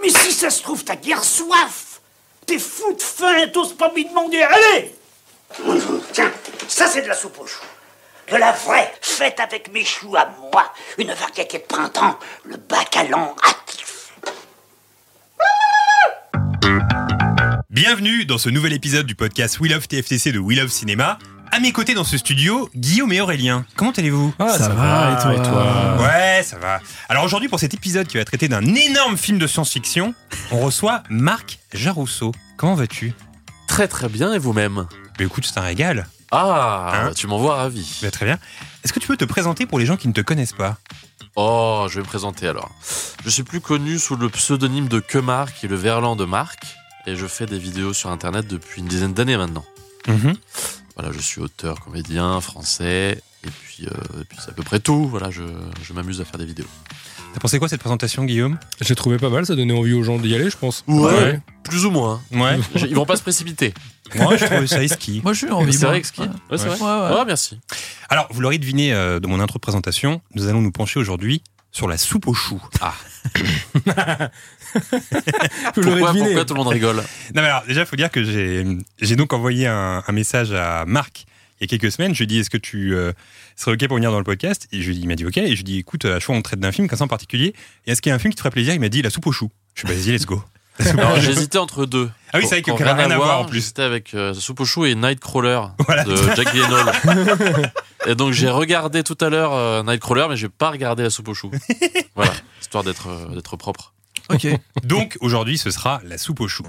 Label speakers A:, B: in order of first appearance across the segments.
A: Mais si ça se trouve, t'as guère soif T'es fou de faim, t'oses pas m'y demander. Allez Tiens, ça c'est de la soupe aux choux. De la vraie, faite avec mes choux à moi. Une variété de printemps, le bacalan actif.
B: Bienvenue dans ce nouvel épisode du podcast We Love TFTC de We Love Cinéma. À mes côtés dans ce studio, Guillaume et Aurélien. Comment allez-vous
C: Ah,
D: ça, va, et toi,
B: Ouais, ça va. Alors aujourd'hui, pour cet épisode qui va traiter d'un énorme film de science-fiction, on reçoit Marc Jarousseau. Comment vas-tu
D: Très très bien et vous-même
B: Bah écoute, c'est un régal.
D: Ah,
B: Hein
D: tu m'envoies ravi.
B: Bah, très bien. Est-ce que tu peux te présenter pour les gens qui ne te connaissent pas
D: Oh, je vais me présenter alors. Je suis plus connu sous le pseudonyme de Que Marc et le verlan de Marc et je fais des vidéos sur internet depuis une dizaine d'années maintenant.
C: Mhm.
D: Voilà, je suis auteur, comédien, français et puis, euh, et puis c'est à peu près tout. Voilà, je, je m'amuse à faire des vidéos.
B: T'as pensé quoi de cette présentation, Guillaume
C: J'ai trouvé pas mal, ça donnait envie aux gens d'y aller, je pense.
D: Plus ou moins. hein.
B: Ouais.
D: Ils vont pas se précipiter.
B: Moi, je trouve ça esquis.
E: Moi, je suis en vie.
D: C'est
E: moi.
D: vrai que ce qui-
E: Ouais.
D: Ouais, c'est vrai.
E: Ouais, ouais.
D: Ouais, merci.
B: Alors, vous l'aurez deviné euh, de mon intro de présentation, nous allons nous pencher aujourd'hui sur la soupe aux choux. Ah
C: Vous l'aurez
D: Pourquoi,
C: deviné.
D: pourquoi tout le monde rigole
B: Non, mais alors, déjà, il faut dire que j'ai j'ai donc envoyé un, un message à Marc il y a quelques semaines. Je lui ai dit, est-ce que tu euh, serais OK pour venir dans le podcast Et je lui ai dit, il m'a dit OK. Et je lui ai dit, écoute, à choix, on traite d'un film, comme ça en particulier. Et est-ce qu'il y a un film qui te ferait plaisir Il m'a dit, La soupe aux choux. Je suis vas-y, let's go. La soupe
D: Alors
B: aux choux.
D: j'hésitais entre deux.
B: Ah oui, c'est vrai
D: Qui
B: que
D: ont
B: rien à voir en plus.
D: J'hésitais avec euh, Soupe aux choux et Nightcrawler
B: Voilà.
D: de Jack Gyllenhaal. et donc j'ai regardé tout à l'heure euh, Nightcrawler, mais j'ai pas regardé la Soupe aux choux. voilà, histoire d'être euh, d'être propre.
E: Ok.
B: Donc, aujourd'hui, ce sera La soupe aux choux.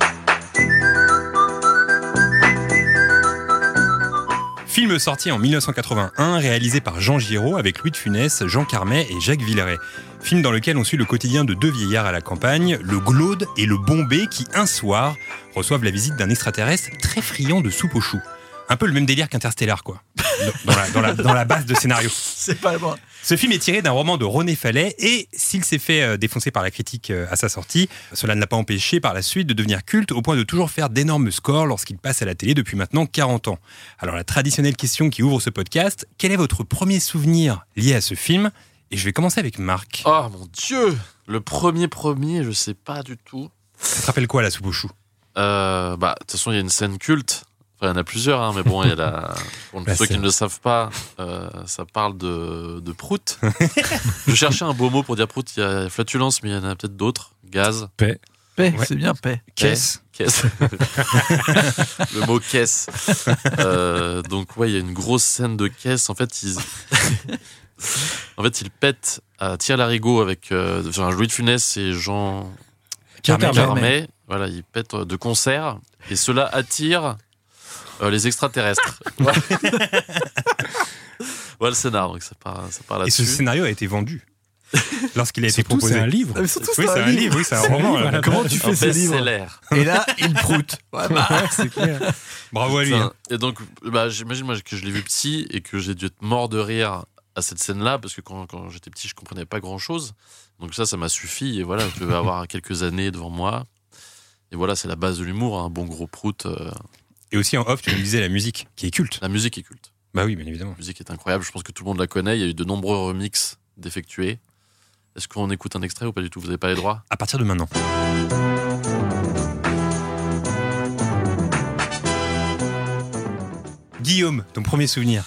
B: Film sorti en 1981, réalisé par Jean Giraud avec Louis de Funès, Jean Carmet et Jacques Villeray. Film dans lequel on suit le quotidien de deux vieillards à la campagne, le Glaude et le Bombé, qui, un soir, reçoivent la visite d'un extraterrestre très friand de soupe aux choux. Un peu le même délire qu'Interstellar, quoi. Dans, dans la, dans la- dans la base de scénario.
E: C'est pas moi.
B: Ce film est tiré d'un roman de René Fallet et s'il s'est fait euh, défoncer par la critique euh, à sa sortie, cela ne l'a pas empêché par la suite de devenir culte au point de toujours faire d'énormes scores lorsqu'il passe à la télé depuis maintenant 40 ans. Alors la traditionnelle question qui ouvre ce podcast, quel est votre premier souvenir lié à ce film Et je vais commencer avec Marc.
D: Oh mon dieu Le premier premier, je sais pas du tout.
B: Ça te rappelle quoi la soupe aux choux
D: Euh, bah, de toute façon, il y a une scène culte. Enfin, il y en a plusieurs, hein, mais bon, il y a la... Pour
B: La
D: ceux qui
B: scène.
D: ne le savent pas, euh, ça parle de, de prout. je cherchais un beau mot pour dire prout. Il y a flatulence, mais il y en a peut-être d'autres. Gaz.
E: Paix,
B: Ouais.
E: c'est bien paix.
B: Qu'est-ce
D: Caisse. le mot caisse. Euh, donc ouais, il y a une grosse scène de caisse. En fait, ils, en fait, ils pètent à Thierry Larigot avec euh, enfin, Louis de Funès et Jean
C: Carmet.
D: Carmet. Voilà, ils pètent euh, de concert et cela attire euh, les extraterrestres. Voilà. voilà le scénar. Donc ça part, ça part
B: Et ce
D: là-dessus.
B: scénario a été vendu lorsqu'il a été
C: Surtout,
B: proposé.
C: c'est un livre.
E: Mais surtout,
B: Oui, Ah, c'est un livre, oui, c'est un roman. à la base.
C: Comment
E: Comment
C: tu
E: tu
D: Un
E: fais ces livres
D: best-seller.
E: Et là, il proute. Ouais, bah,
C: C'est clair.
B: Bravo à lui.
D: Putain.
B: hein.
D: Et donc, bah, j'imagine moi, que je l'ai vu petit et que j'ai dû être mort de rire à cette scène-là parce que quand, quand j'étais petit, je comprenais pas grand-chose. Donc ça, ça m'a suffi et voilà, je devais avoir quelques années devant moi. Et voilà, c'est la base de l'humour, un bon gros prout. euh,
B: Et aussi en off, tu nous disais la musique, qui est culte.
D: la musique est culte.
B: Bah oui, bien évidemment.
D: La musique est incroyable. Je pense que tout le monde la connaît. Il y a eu de nombreux remixes d'effectués. Est-ce qu'on écoute un extrait ou pas du tout Vous n'avez pas les droits
B: À partir de maintenant. Guillaume, ton premier souvenir.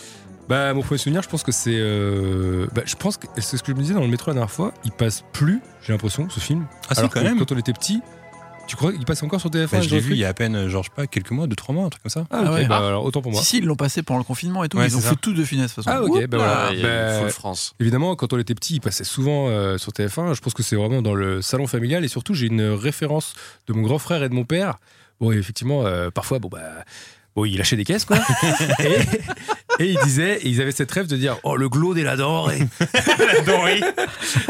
C: Bah, mon premier souvenir, je pense que c'est. euh, bah, je pense que c'est ce que je me disais dans le métro la dernière fois. Il passe plus, j'ai l'impression, ce film.
B: Ah, si,
C: Alors
B: quand
C: que
B: même.
C: Quand on était petit, tu crois qu'il passe encore sur TF1
B: Enfin, je l'ai
C: genre
B: vu
C: truc
B: il y a à peine, genre, je sais pas, quelques mois, deux, trois mois, un truc comme ça.
C: Ah, ok,
E: Ah ouais.
C: bah, alors autant pour moi.
E: si, si, ils l'ont passé pendant le confinement et tout.
B: Ouais,
E: ils ont
B: c'est ça.
E: fait tout de finesse, de toute façon.
C: Ah, ok,
E: Oups
C: bah,
E: là.
C: voilà.
D: Ouais, Il y a eu
C: bah,
D: Full France.
C: Évidemment, quand on était petit, il passait souvent euh, sur TF1. Je pense que c'est vraiment dans le salon familial. Et surtout, j'ai une référence de mon grand frère et de mon père. Bon, et effectivement, euh, parfois, bon, bah, Bon, il lâchait des caisses, quoi. et, et il disait, et ils avaient cette rêve de dire Oh, le glaude et la dorée.
B: La dorée.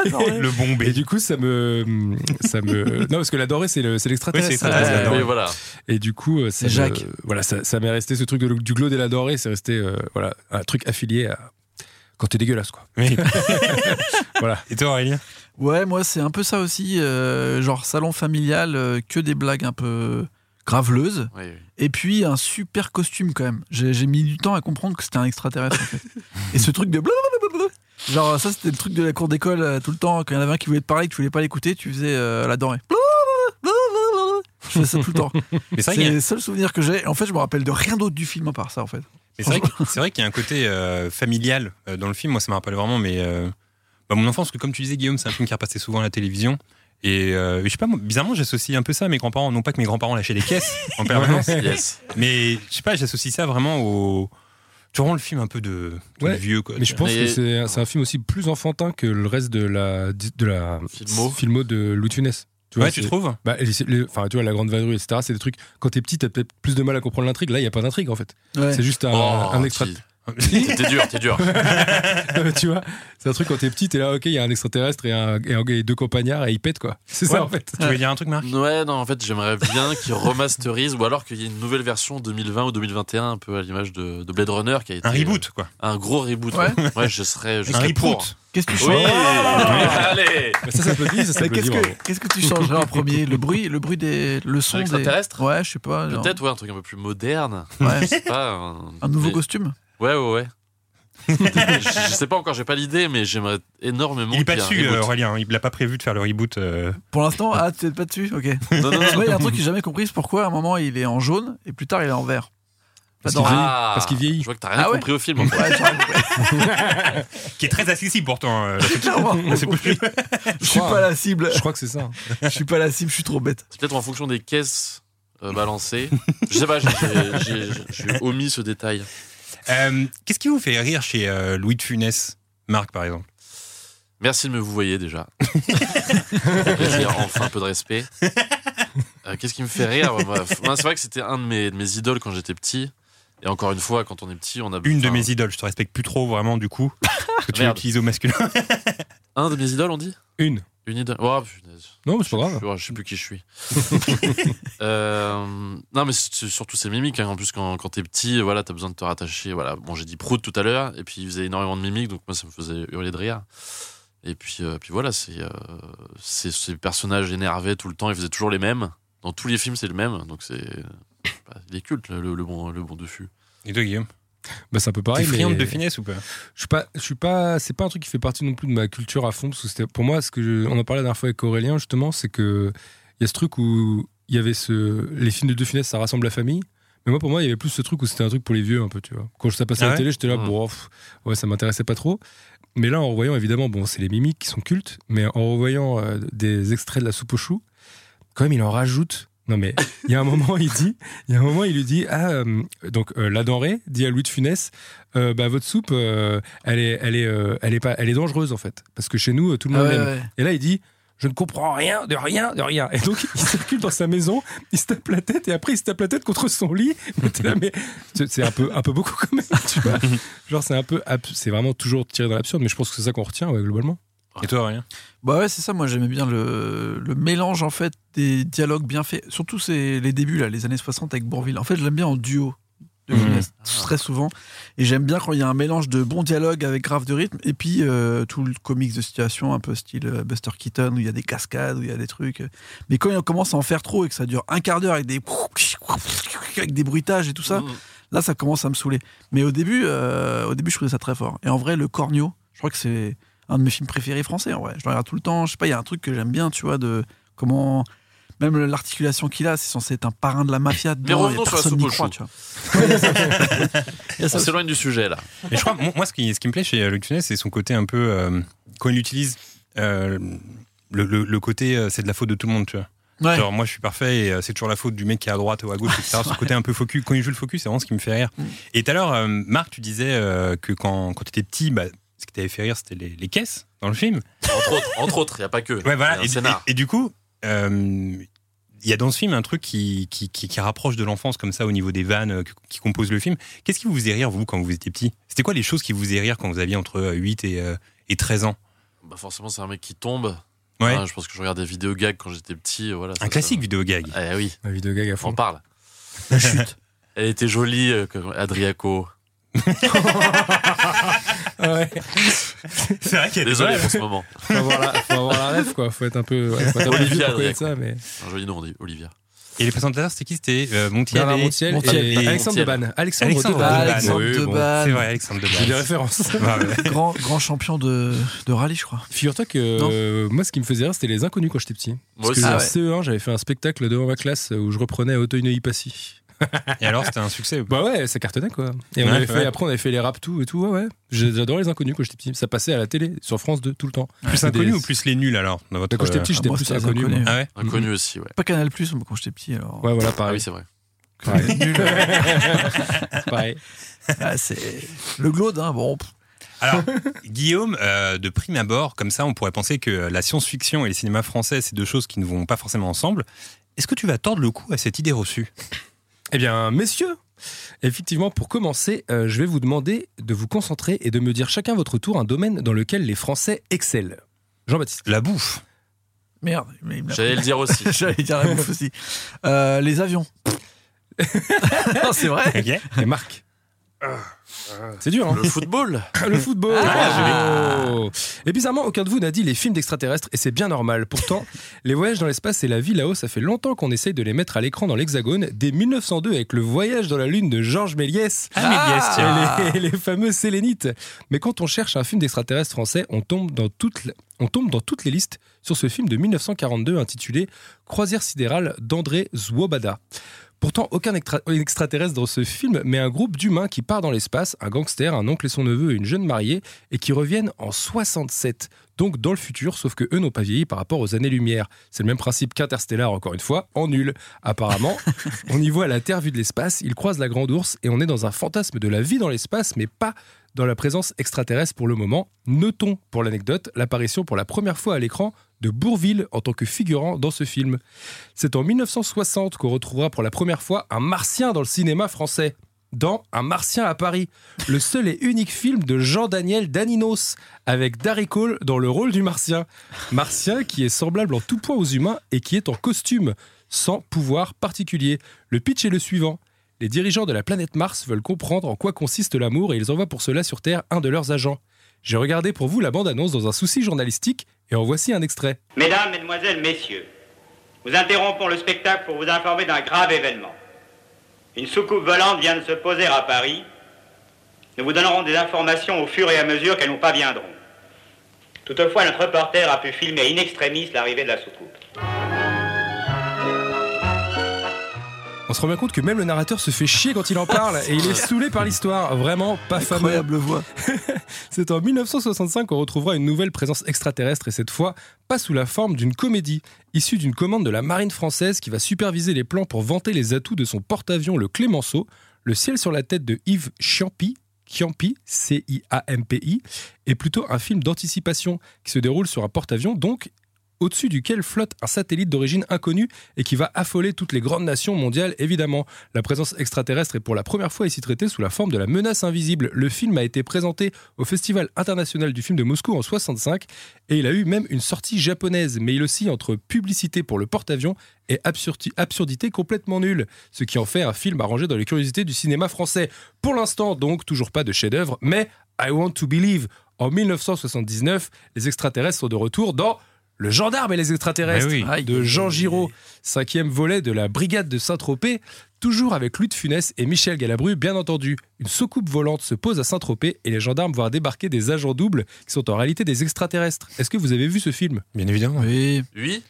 B: le
C: Et
B: bombé.
C: du coup, ça me. ça me Non, parce que la dorée, c'est le- c'est
B: Oui,
C: l'extraterrestre.
B: c'est l'extraterrestre,
C: Ouais,
B: la dorée.
D: oui,
C: ouais.
D: voilà.
C: Et du coup, euh, ça
E: C'est
C: me-
E: Jacques.
C: voilà, ça, ça m'est resté ce truc de- du glaude et la dorée. C'est resté euh, voilà, un truc affilié à. Quand t'es dégueulasse, quoi.
B: Oui.
C: Voilà.
B: Et toi, Aurélien
E: Ouais, moi, c'est un peu ça aussi. euh, genre, salon familial, euh, que des blagues un peu graveleuses.
D: Oui, oui.
E: Et puis, un super costume, quand même. J'ai j'ai mis du temps à comprendre que c'était un extraterrestre, en fait. Et ce truc de blablabla. Genre, ça, c'était le truc de la cour d'école euh, tout le temps. Quand il y en avait un qui voulait te parler, que tu voulais pas l'écouter, tu faisais euh, la denrée. Blablabla. Je faisais ça tout le temps.
B: Mais c'est
E: C'est
B: vrai qu'il y a-
E: le seul souvenir que j'ai. En fait, je me rappelle de rien d'autre du film à part ça, en fait.
B: mais c'est vrai que- c'est vrai qu'il y a un côté euh, familial euh, dans le film. Moi, ça me rappelle vraiment mais, euh, bah, mon enfance. Parce que, comme tu disais, Guillaume, c'est un film qui repassait souvent à la télévision. Et euh, je sais pas, moi, bizarrement, j'associe un peu ça à mes grands-parents. Non pas que mes grands-parents lâchaient des caisses en permanence,
D: Yes.
B: mais je sais pas, j'associe ça vraiment au. Tu rends le film un peu de, de
C: Ouais.
B: vieux. Quoi,
C: Mais je pense
D: Mais-
C: que c'est c'est un film aussi plus enfantin que le reste de la, de la
D: Filmo.
C: de Louis de Funès. Tu
B: Ouais,
C: vois,
B: tu
C: c'est-
B: trouves
C: Bah, les- les- enfin, tu vois, la grande vadrouille, etc. C'est des trucs. Quand t'es petit, t'as peut-être plus de mal à comprendre l'intrigue. Là, il y a pas d'intrigue en fait. C'est juste un,
D: Oh,
C: un extra.
D: qui- T'es dur, t'es dur.
C: tu vois, c'est un truc quand t'es petit, t'es là, ok, il y a un extraterrestre et, un, et, un- et deux compagnards et ils pètent quoi. C'est
B: Ouais.
C: ça en fait.
B: Tu veux dire un truc, Marc
D: Ouais, non, en fait, j'aimerais bien qu'ils remasterisent ou alors qu'il y ait une nouvelle version 2020 ou 2021, un peu à l'image de, de Blade Runner qui a été. euh,
B: Un reboot, quoi.
D: Un gros reboot.
E: Ouais.
D: Ouais, je serais, je
B: Un
D: serais pour.
B: reboot.
E: Qu'est-ce que tu
D: Oui,
E: changes
D: allez
C: Mais Bah, ça, ça peut dire, ça, ça
E: Mais
C: peut
E: Qu'est-ce
C: dire. hein.
E: que, qu'est-ce que tu changerais en premier Le bruit, le bruit des, le son des
D: extraterrestre
E: Ouais, je sais pas. genre-
D: Peut-être, ouais, un truc un peu plus moderne.
E: Ouais.
D: Je sais pas. Un,
E: Un nouveau
D: mais-
E: costume
D: Ouais, ouais, ouais. je, je sais pas encore, j'ai pas l'idée, mais j'aimerais énormément.
B: Il est pas
D: qu'il y ait
B: dessus,
D: un
B: euh,
D: reboot.
B: Aurélien. Il n'a pas prévu de faire le reboot. euh.
E: Pour l'instant, ah, t'es pas dessus Ok.
D: Non, non, non.
E: Moi, il y a un truc que j'ai jamais compris c'est pourquoi à un moment il est en jaune et plus tard il est en vert.
C: Parce
E: Attends,
C: qu'il vieillit.
D: Ah,
C: Parce qu'il vieillit.
D: Je vois que t'as rien
E: Ah ouais
D: compris au film. En fait.
E: Ouais, j'arrive, ouais.
B: Qui est très accessible pourtant. euh, la petite-
E: Clairement.
B: la petite couche.
E: Je suis pas la cible.
C: Je crois que c'est ça. hein.
E: Je suis pas la cible, je suis trop bête.
D: C'est peut-être en fonction des caisses euh, balancées. Je sais pas, j'ai- j'ai j'ai- j'ai omis ce détail.
B: Euh, Qu'est-ce qui vous fait rire chez euh, Louis de Funès Marc, par exemple.
D: Merci de me vous voyez déjà. Ça fait plaisir, enfin un peu de respect. Euh, Qu'est-ce qui me fait rire moi, moi, C'est vrai que c'était un de mes, de mes idoles quand j'étais petit. Et encore une fois, quand on est petit, on a
B: Une de
D: enfin,
B: mes idoles, je te respecte plus trop vraiment du coup. Parce que tu
D: Merde.
B: l'utilises au masculin.
D: un de mes idoles, on dit
C: Une.
D: Une idole. Oh punaise.
C: Non, mais c'est pas grave.
D: Je, je sais plus qui je suis. Euh, non, mais c'est- c'est surtout ses mimiques. hein. En plus, quand, quand t'es petit, voilà, t'as besoin de te rattacher. Voilà. Bon, j'ai dit prout tout à l'heure, et puis il faisait énormément de mimiques, donc moi, ça me faisait hurler de rire. Et puis, euh, puis voilà, c'est euh, c'est- ces personnages énervés tout le temps. Ils faisaient toujours les mêmes. Dans tous les films, c'est le même. Donc, c'est. je sais pas, il est culte, le, le bon, le bon dessus.
B: Et toi, Guillaume
C: Bah, c'est un peu
B: T'es
C: pareil.
B: friande
C: mais-
B: de finesse ou pas
C: Je suis pas, je suis pas, c'est pas un truc qui fait partie non plus de ma culture à fond parce que c'était- pour moi, ce que je- on en parlait la dernière fois avec Aurélien justement, c'est que il y a ce truc où il y avait ce, les films de De Funès, ça rassemble la famille. Mais moi, pour moi, il y avait plus ce truc où c'était un truc pour les vieux un peu, tu vois. Quand ça passait
B: Ah
C: à
B: ouais
C: la télé, j'étais là,
D: Hmm.
C: bon, pff, ouais, ça m'intéressait pas trop. Mais là, en revoyant, évidemment, bon, c'est les mimiques qui sont cultes, mais en revoyant euh, des extraits de la soupe aux choux, quand même, il en rajoute. Non, mais il y a un moment, il dit, il y a un moment, il lui dit, ah, euh, donc euh, la denrée, dit à Louis de Funès, euh, bah, votre soupe, euh, elle est, elle est, euh, elle est pas, elle est dangereuse en fait, parce que chez nous, euh, tout le
E: Ah
C: monde
E: ouais,
C: l'aime.
E: ouais.
C: Et là, il dit, je ne comprends rien, de rien, de rien. Et donc, il circule dans sa maison, il se tape la tête, et après, il se tape la tête contre son lit. Mais t'es là, mais c'est c'est un peu, un peu beaucoup quand même, tu vois. Genre, c'est un peu, abs- c'est vraiment toujours tiré dans l'absurde, mais je pense que c'est ça qu'on retient ouais, globalement.
B: Et toi, Aurélien
E: Bah ouais, c'est ça. Moi, j'aimais bien le, le mélange en fait des dialogues bien faits. Surtout c'est les débuts là, les années 60 avec Bourville. En fait, je l'aime bien en duo. De
B: Mhm.
E: Funès, très souvent et j'aime bien quand il y a un mélange de bons dialogues avec grave de rythme et puis euh, tout le comics de situation un peu style euh, Buster Keaton où il y a des cascades où il y a des trucs mais quand il commence à en faire trop et que ça dure un quart d'heure avec des avec des bruitages et tout ça
D: Mm.
E: Là, ça commence à me saouler. Mais au début, euh, au début, je trouvais ça très fort. Et en vrai, le Cornio, je crois que c'est un de mes films préférés français. En vrai, je le regarde tout le temps. Je sais pas, il y a un truc que j'aime bien, tu vois, de comment même l'articulation qu'il a, c'est censé être un parrain de la mafia. dedans,
D: revenons
E: et
D: sur la
E: personne
D: soupe
E: n'y
D: aux
E: croit,
D: choux.
E: tu vois.
C: Ah,
D: On s'éloigne du sujet, là.
B: Mais je crois, moi, moi, ce qui, ce qui me plaît chez Luc Funès, c'est son côté un peu. euh, quand il utilise euh, le, le- le côté euh, c'est de la faute de tout le monde, tu vois.
E: Ouais.
B: Genre, moi, je suis parfait et euh, c'est toujours la faute du mec qui est à droite ou à gauche, etc. ce côté un peu focus. Quand il joue le focus, c'est vraiment ce qui me fait rire. Et tout à l'heure, euh, Marc, tu disais euh, que quand, quand tu étais petit, bah, ce qui t'avait fait rire, c'était les, les caisses dans le film.
D: Entre autres, entre autres, il n'y a pas que.
B: Ouais,
D: Il y a
B: voilà.
D: un
B: Et,
D: scénar.
B: et- et du coup, euh, il y a dans ce film un truc qui, qui, qui- qui rapproche de l'enfance comme ça au niveau des vannes euh, qui composent le film. Qu'est-ce qui vous faisait rire, vous, quand vous étiez petit C'était quoi les choses qui vous faisaient rire quand vous aviez entre euh, 8 et, euh, et 13 ans
D: Bah forcément, c'est un mec qui tombe.
B: Ouais,
D: Hein, je pense que je regarde des vidéos gags quand j'étais petit. Voilà, ça,
B: un
D: ça-
B: classique vidéo gag.
D: Eh oui,
C: Ma vidéo gag à
D: on
C: fond.
D: en parle.
E: La chute.
D: Elle était jolie, euh, comme Adriaco.
C: Ah Ouais.
B: C'est vrai qu'il y a des
D: Désolé
B: vannes.
D: pour ce moment.
C: Faut avoir la, faut avoir la ref, quoi. Faut être un peu. ouais, faut être un peu
D: Olivia
C: vieux pour
D: Drake.
C: connaître ça, mais.
D: Un joli nom, on dit Olivia.
B: Et les présentateurs, c'était qui C'était euh, Montiel
C: Bernard
B: et-
C: Montiel,
E: Montiel.
C: et,
B: Et-
C: Alexandre
D: Montiel.
C: Deban. Alexandre,
B: Alexandre Deban.
C: Deban.
E: Alexandre
B: Oui, bon,
E: Deban.
B: C'est vrai, Alexandre Deban.
C: J'ai des références.
B: Ah ouais.
E: grand, grand champion de, de rallye, je crois.
C: Figure-toi que
E: Non.
C: euh, moi, ce qui me faisait rire, c'était les inconnus quand j'étais petit.
D: Moi
C: Parce que
D: aussi.
C: en
E: Ah ouais.
C: CE1, j'avais fait un spectacle devant ma classe où je reprenais Autoinoi Passy.
B: Et alors, c'était un succès ou pas
C: Bah ouais, ça cartonnait quoi. Et on
B: Ouais,
C: avait fait,
B: ouais.
C: après, on avait fait les rap tout et tout. Ouais, ouais. J'ai- J'adorais les inconnus quand j'étais petit. Ça passait à la télé, sur France 2, tout le temps.
B: Plus
C: C'était
B: inconnu
C: des-
B: ou plus les nuls alors dans votre,
C: Quand j'étais
B: euh,
C: petit,
E: Ah,
C: j'étais
E: moi,
C: plus
E: c'était les
C: inconnu.
E: inconnus.
C: moi.
B: Ah ouais
D: Inconnu aussi, ouais.
E: Pas Canal Plus, moi, quand j'étais petit. Alors.
C: Ouais, voilà,
D: Ah oui,
C: pareil.
D: c'est vrai.
C: pareil.
E: Nul.
C: pareil.
E: Ah, c'est le glaude, hein. Bon, pff,
B: Alors, Guillaume, euh, de prime abord, comme ça, on pourrait penser que la science-fiction et le cinéma français, c'est deux choses qui ne vont pas forcément ensemble. Est-ce que tu vas tordre le cou à cette idée reçue
C: Eh bien, messieurs, effectivement, pour commencer, euh, je vais vous demander de vous concentrer et de me dire chacun votre tour un domaine dans lequel les Français excellent. Jean-Baptiste.
B: La bouffe.
E: merde. mais il me l'a-
D: J'allais le dire aussi.
E: J'allais dire la bouffe aussi. Euh, les avions. non, c'est vrai.
B: Ok.
C: Et Marc. C'est dur, hein
D: Le football
C: Le football Oh. Et bizarrement, aucun de vous n'a dit les films d'extraterrestres, et c'est bien normal. Pourtant, les voyages dans l'espace et la vie là-haut, ça fait longtemps qu'on essaye de les mettre à l'écran dans l'Hexagone, dès 1902 avec le voyage dans la Lune de Georges Méliès. et les, et les fameux sélénites. Mais quand on cherche un film d'extraterrestre français, on tombe, dans toutes, les- on tombe dans toutes les listes sur ce film de 1942 intitulé Croisière sidérale d'André Zwobada. Pourtant, aucun extra- extraterrestre dans ce film, mais un groupe d'humains qui part dans l'espace, un gangster, un oncle et son neveu et une jeune mariée, et qui reviennent en 67, donc dans le futur, sauf que eux n'ont pas vieilli par rapport aux années-lumière. C'est le même principe qu'Interstellar, encore une fois, en nul. Apparemment, on y voit la Terre vue de l'espace, ils croisent la Grande Ourse, et on est dans un fantasme de la vie dans l'espace, mais pas dans la présence extraterrestre pour le moment. Notons, pour l'anecdote, l'apparition pour la première fois à l'écran de Bourville en tant que figurant dans ce film. C'est en 1960 qu'on retrouvera pour la première fois un martien dans le cinéma français. Dans Un martien à Paris, le seul et unique film de Jean-Daniel Daninos, avec Darry Cole dans le rôle du martien. Martien qui est semblable en tout point aux humains et qui est en costume, sans pouvoir particulier. Le pitch est le suivant. Les dirigeants de la planète Mars veulent comprendre en quoi consiste l'amour et ils envoient pour cela sur Terre un de leurs agents. J'ai regardé pour vous la bande-annonce dans un souci journalistique et en voici un extrait.
F: Mesdames, Mesdemoiselles, Messieurs, nous interrompons le spectacle pour vous informer d'un grave événement. Une soucoupe volante vient de se poser à Paris. Nous vous donnerons des informations au fur et à mesure qu'elles nous parviendront. Toutefois, notre reporter a pu filmer in extremis l'arrivée de la soucoupe.
C: On se rend bien compte que même le narrateur se fait chier quand il en parle et il est saoulé par l'histoire. Vraiment pas fameux.
E: Incroyable voix.
C: C'est en 1965 qu'on retrouvera une nouvelle présence extraterrestre et cette fois pas sous la forme d'une comédie, issue d'une commande de la marine française qui va superviser les plans pour vanter les atouts de son porte-avions le Clémenceau, le ciel sur la tête de Yves Chiampi. Chiampi, C-I-A-M-P-I, est plutôt un film d'anticipation qui se déroule sur un porte-avions, donc au-dessus duquel flotte un satellite d'origine inconnue et qui va affoler toutes les grandes nations mondiales, évidemment. La présence extraterrestre est pour la première fois ici traitée sous la forme de la menace invisible. Le film a été présenté au Festival international du film de Moscou en 65 et il a eu même une sortie japonaise, mais il oscille entre publicité pour le porte-avions et absurdi- absurdité complètement nulle, ce qui en fait un film arrangé dans les curiosités du cinéma français. Pour l'instant, donc, toujours pas de chef-d'œuvre, mais I Want to Believe. En 1979, les extraterrestres sont de retour dans Le gendarme et les extraterrestres
B: Mais oui.
E: Aïe,
C: de Jean
E: aïe,
C: Giraud,
E: aïe.
C: cinquième volet de la Brigade de Saint-Tropez, toujours avec Louis de Funès et Michel Galabru, bien entendu. Une soucoupe volante se pose à Saint-Tropez et les gendarmes voient débarquer des agents doubles qui sont en réalité des extraterrestres. Est-ce que vous avez vu ce film
B: Bien évidemment.
E: Oui.
D: Oui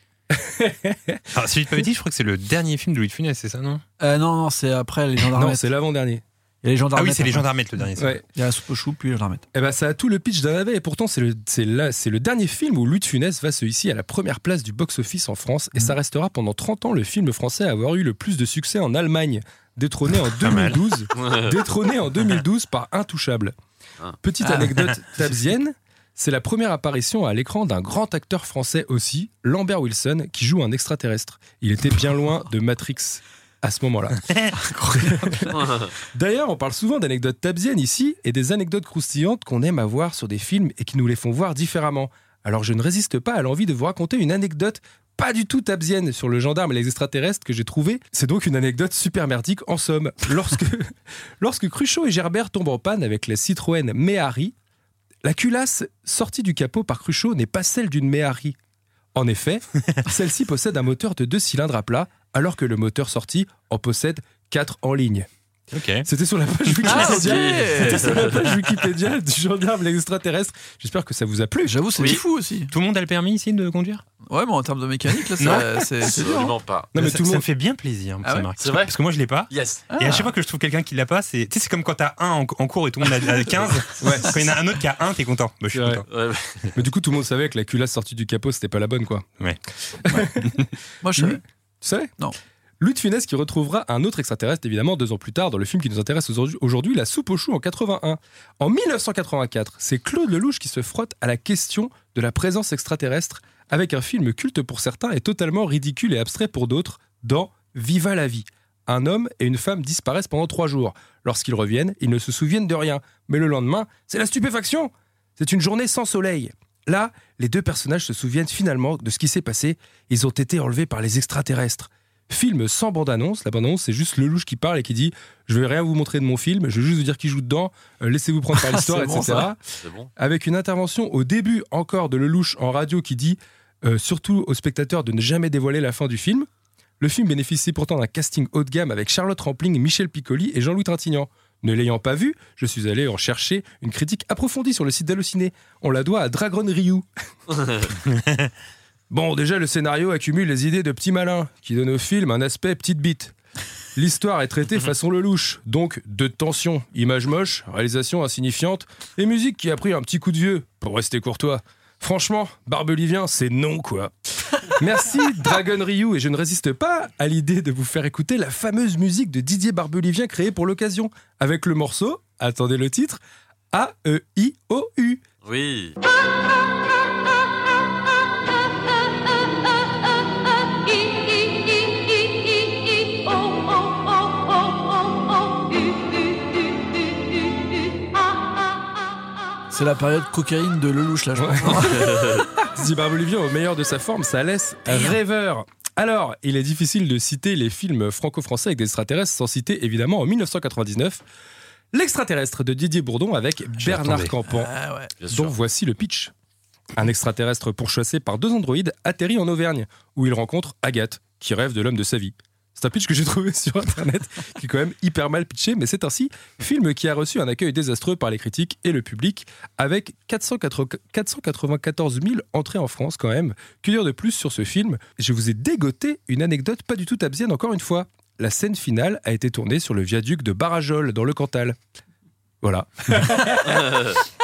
B: Alors, si je pas dit, je crois que c'est le dernier film de Louis de Funès, c'est ça, non
E: Euh, non, non, c'est après les gendarmes.
C: Non, c'est l'avant-dernier.
E: Il y a les gendarmes.
B: Ah oui, c'est Les Gendarmettes, le dernier. c'est
C: Ouais.
E: Il y a la soupe au chou, puis les gendarmes.
C: Eh ben, ça a tout le pitch d'un navet et pourtant c'est le, c'est là- c'est le dernier film où Louis de Funès va se hisser à la première place du box-office en France et ça restera pendant 30 ans le film français à avoir eu le plus de succès en Allemagne, détrôné en 2012, détrôné en 2012 par Intouchable. Petite anecdote tabzienne, C'est la première apparition à l'écran d'un grand acteur français aussi, Lambert Wilson, qui joue un extraterrestre. Il était bien loin de Matrix à ce moment-là. D'ailleurs, on parle souvent d'anecdotes tabziennes ici et des anecdotes croustillantes qu'on aime avoir sur des films et qui nous les font voir différemment. Alors je ne résiste pas à l'envie de vous raconter une anecdote pas du tout tabzienne sur le gendarme et les extraterrestres que j'ai trouvé. C'est donc une anecdote super merdique en somme. Lorsque, lorsque Cruchot et Gerbert tombent en panne avec la Citroën Méhari, la culasse sortie du capot par Cruchot n'est pas celle d'une Méhari. En effet, celle-ci possède un moteur de deux cylindres à plat, alors que le moteur sorti en possède quatre en ligne.
B: Ok.
C: C'était sur la page
D: Ah, ok.
C: Wikipédia. C'était sur la page Wikipédia du gendarme et les extraterrestres. J'espère que ça vous a plu.
E: J'avoue, c'est
D: Oui.
E: du fou aussi.
B: Tout le monde a le permis ici de conduire
E: Ouais, mais en termes de mécanique, là, ça- c'est c'est dur. hein.
D: Absolument pas.
C: Non, mais
B: ça,
C: tout le
B: ça me
C: monde-
B: fait bien plaisir,
E: Ah
B: ça
E: ouais
B: marque.
D: C'est vrai
B: Parce que moi, je l'ai pas.
D: Yes.
B: Et à chaque fois que je trouve quelqu'un qui l'a pas, c'est tu sais, c'est comme quand t'as un en, en cours et tout le monde a a 15. Quand il y en a un autre qui a un, t'es content. Bah, je suis
C: Ouais.
B: content.
D: Ouais, ouais.
C: Mais du coup, tout le monde savait que la culasse sortie du capot, c'était pas la bonne, quoi.
E: Moi, je
C: Lui-
E: savais.
C: Tu savais
E: Non.
C: Louis de Funès qui retrouvera un autre extraterrestre, évidemment, deux ans plus tard, dans le film qui nous intéresse aujourd'hui- aujourd'hui, La soupe aux choux en 81. En 1984, c'est Claude Lelouch qui se frotte à la question de la présence extraterrestre avec un film culte pour certains et totalement ridicule et abstrait pour d'autres, dans Viva la vie. Un homme et une femme disparaissent pendant trois jours. Lorsqu'ils reviennent, ils ne se souviennent de rien. Mais le lendemain, c'est la stupéfaction C'est une journée sans soleil. Là, les deux personnages se souviennent finalement de ce qui s'est passé. Ils ont été enlevés par les extraterrestres. Film sans bande-annonce. La bande-annonce, c'est juste Lelouch qui parle et qui dit Je vais rien vous montrer de mon film, je vais juste vous dire qui joue dedans, euh, laissez-vous prendre par l'histoire,
E: C'est bon,
C: etc.
E: ça.
D: C'est bon.
C: Avec une intervention au début encore de Lelouch en radio qui dit euh, surtout aux spectateurs de ne jamais dévoiler la fin du film. Le film bénéficie pourtant d'un casting haut de gamme avec Charlotte Rampling, Michel Piccoli et Jean-Louis Trintignant. Ne l'ayant pas vu, je suis allé en chercher une critique approfondie sur le site d'Allociné. On la doit à Dragon Ryu. bon, déjà, le scénario accumule les idées de petits malins, qui donnent au film un aspect petite bite. L'histoire est traitée façon Lelouch, donc de tension, images moches, réalisation insignifiante et musique qui a pris un petit coup de vieux, pour rester courtois. Franchement, Barbelivien, c'est non quoi. Merci Dragon Ryu et je ne résiste pas à l'idée de vous faire écouter la fameuse musique de Didier Barbelivien créée pour l'occasion, avec le morceau, attendez le titre, E A-E-I-O-U.
D: Oui.
E: C'est la période cocaïne de Lelouch, là, je pense. hein.
C: Didier Barbelivien au meilleur de sa forme, ça laisse rêveur. Alors, il est difficile de citer les films franco-français avec des extraterrestres sans citer évidemment en 1999 L'extraterrestre de Didier Bourdon avec Bernard
B: attendais.
C: Campan.
E: Ah ouais.
D: Bien
C: dont
D: sûr.
C: voici le pitch. Un extraterrestre pourchassé par deux androïdes atterrit en Auvergne, où il rencontre Agathe, qui rêve de l'homme de sa vie. C'est un pitch que j'ai trouvé sur Internet, qui est quand même hyper mal pitché, mais c'est ainsi. Film qui a reçu un accueil désastreux par les critiques et le public, avec 480 494 000 entrées en France quand même. Que dire de plus sur ce film Je vous ai dégoté une anecdote pas du tout tabzienne encore une fois. La scène finale a été tournée sur le viaduc de Barajol, dans le Cantal. Voilà.
B: Tu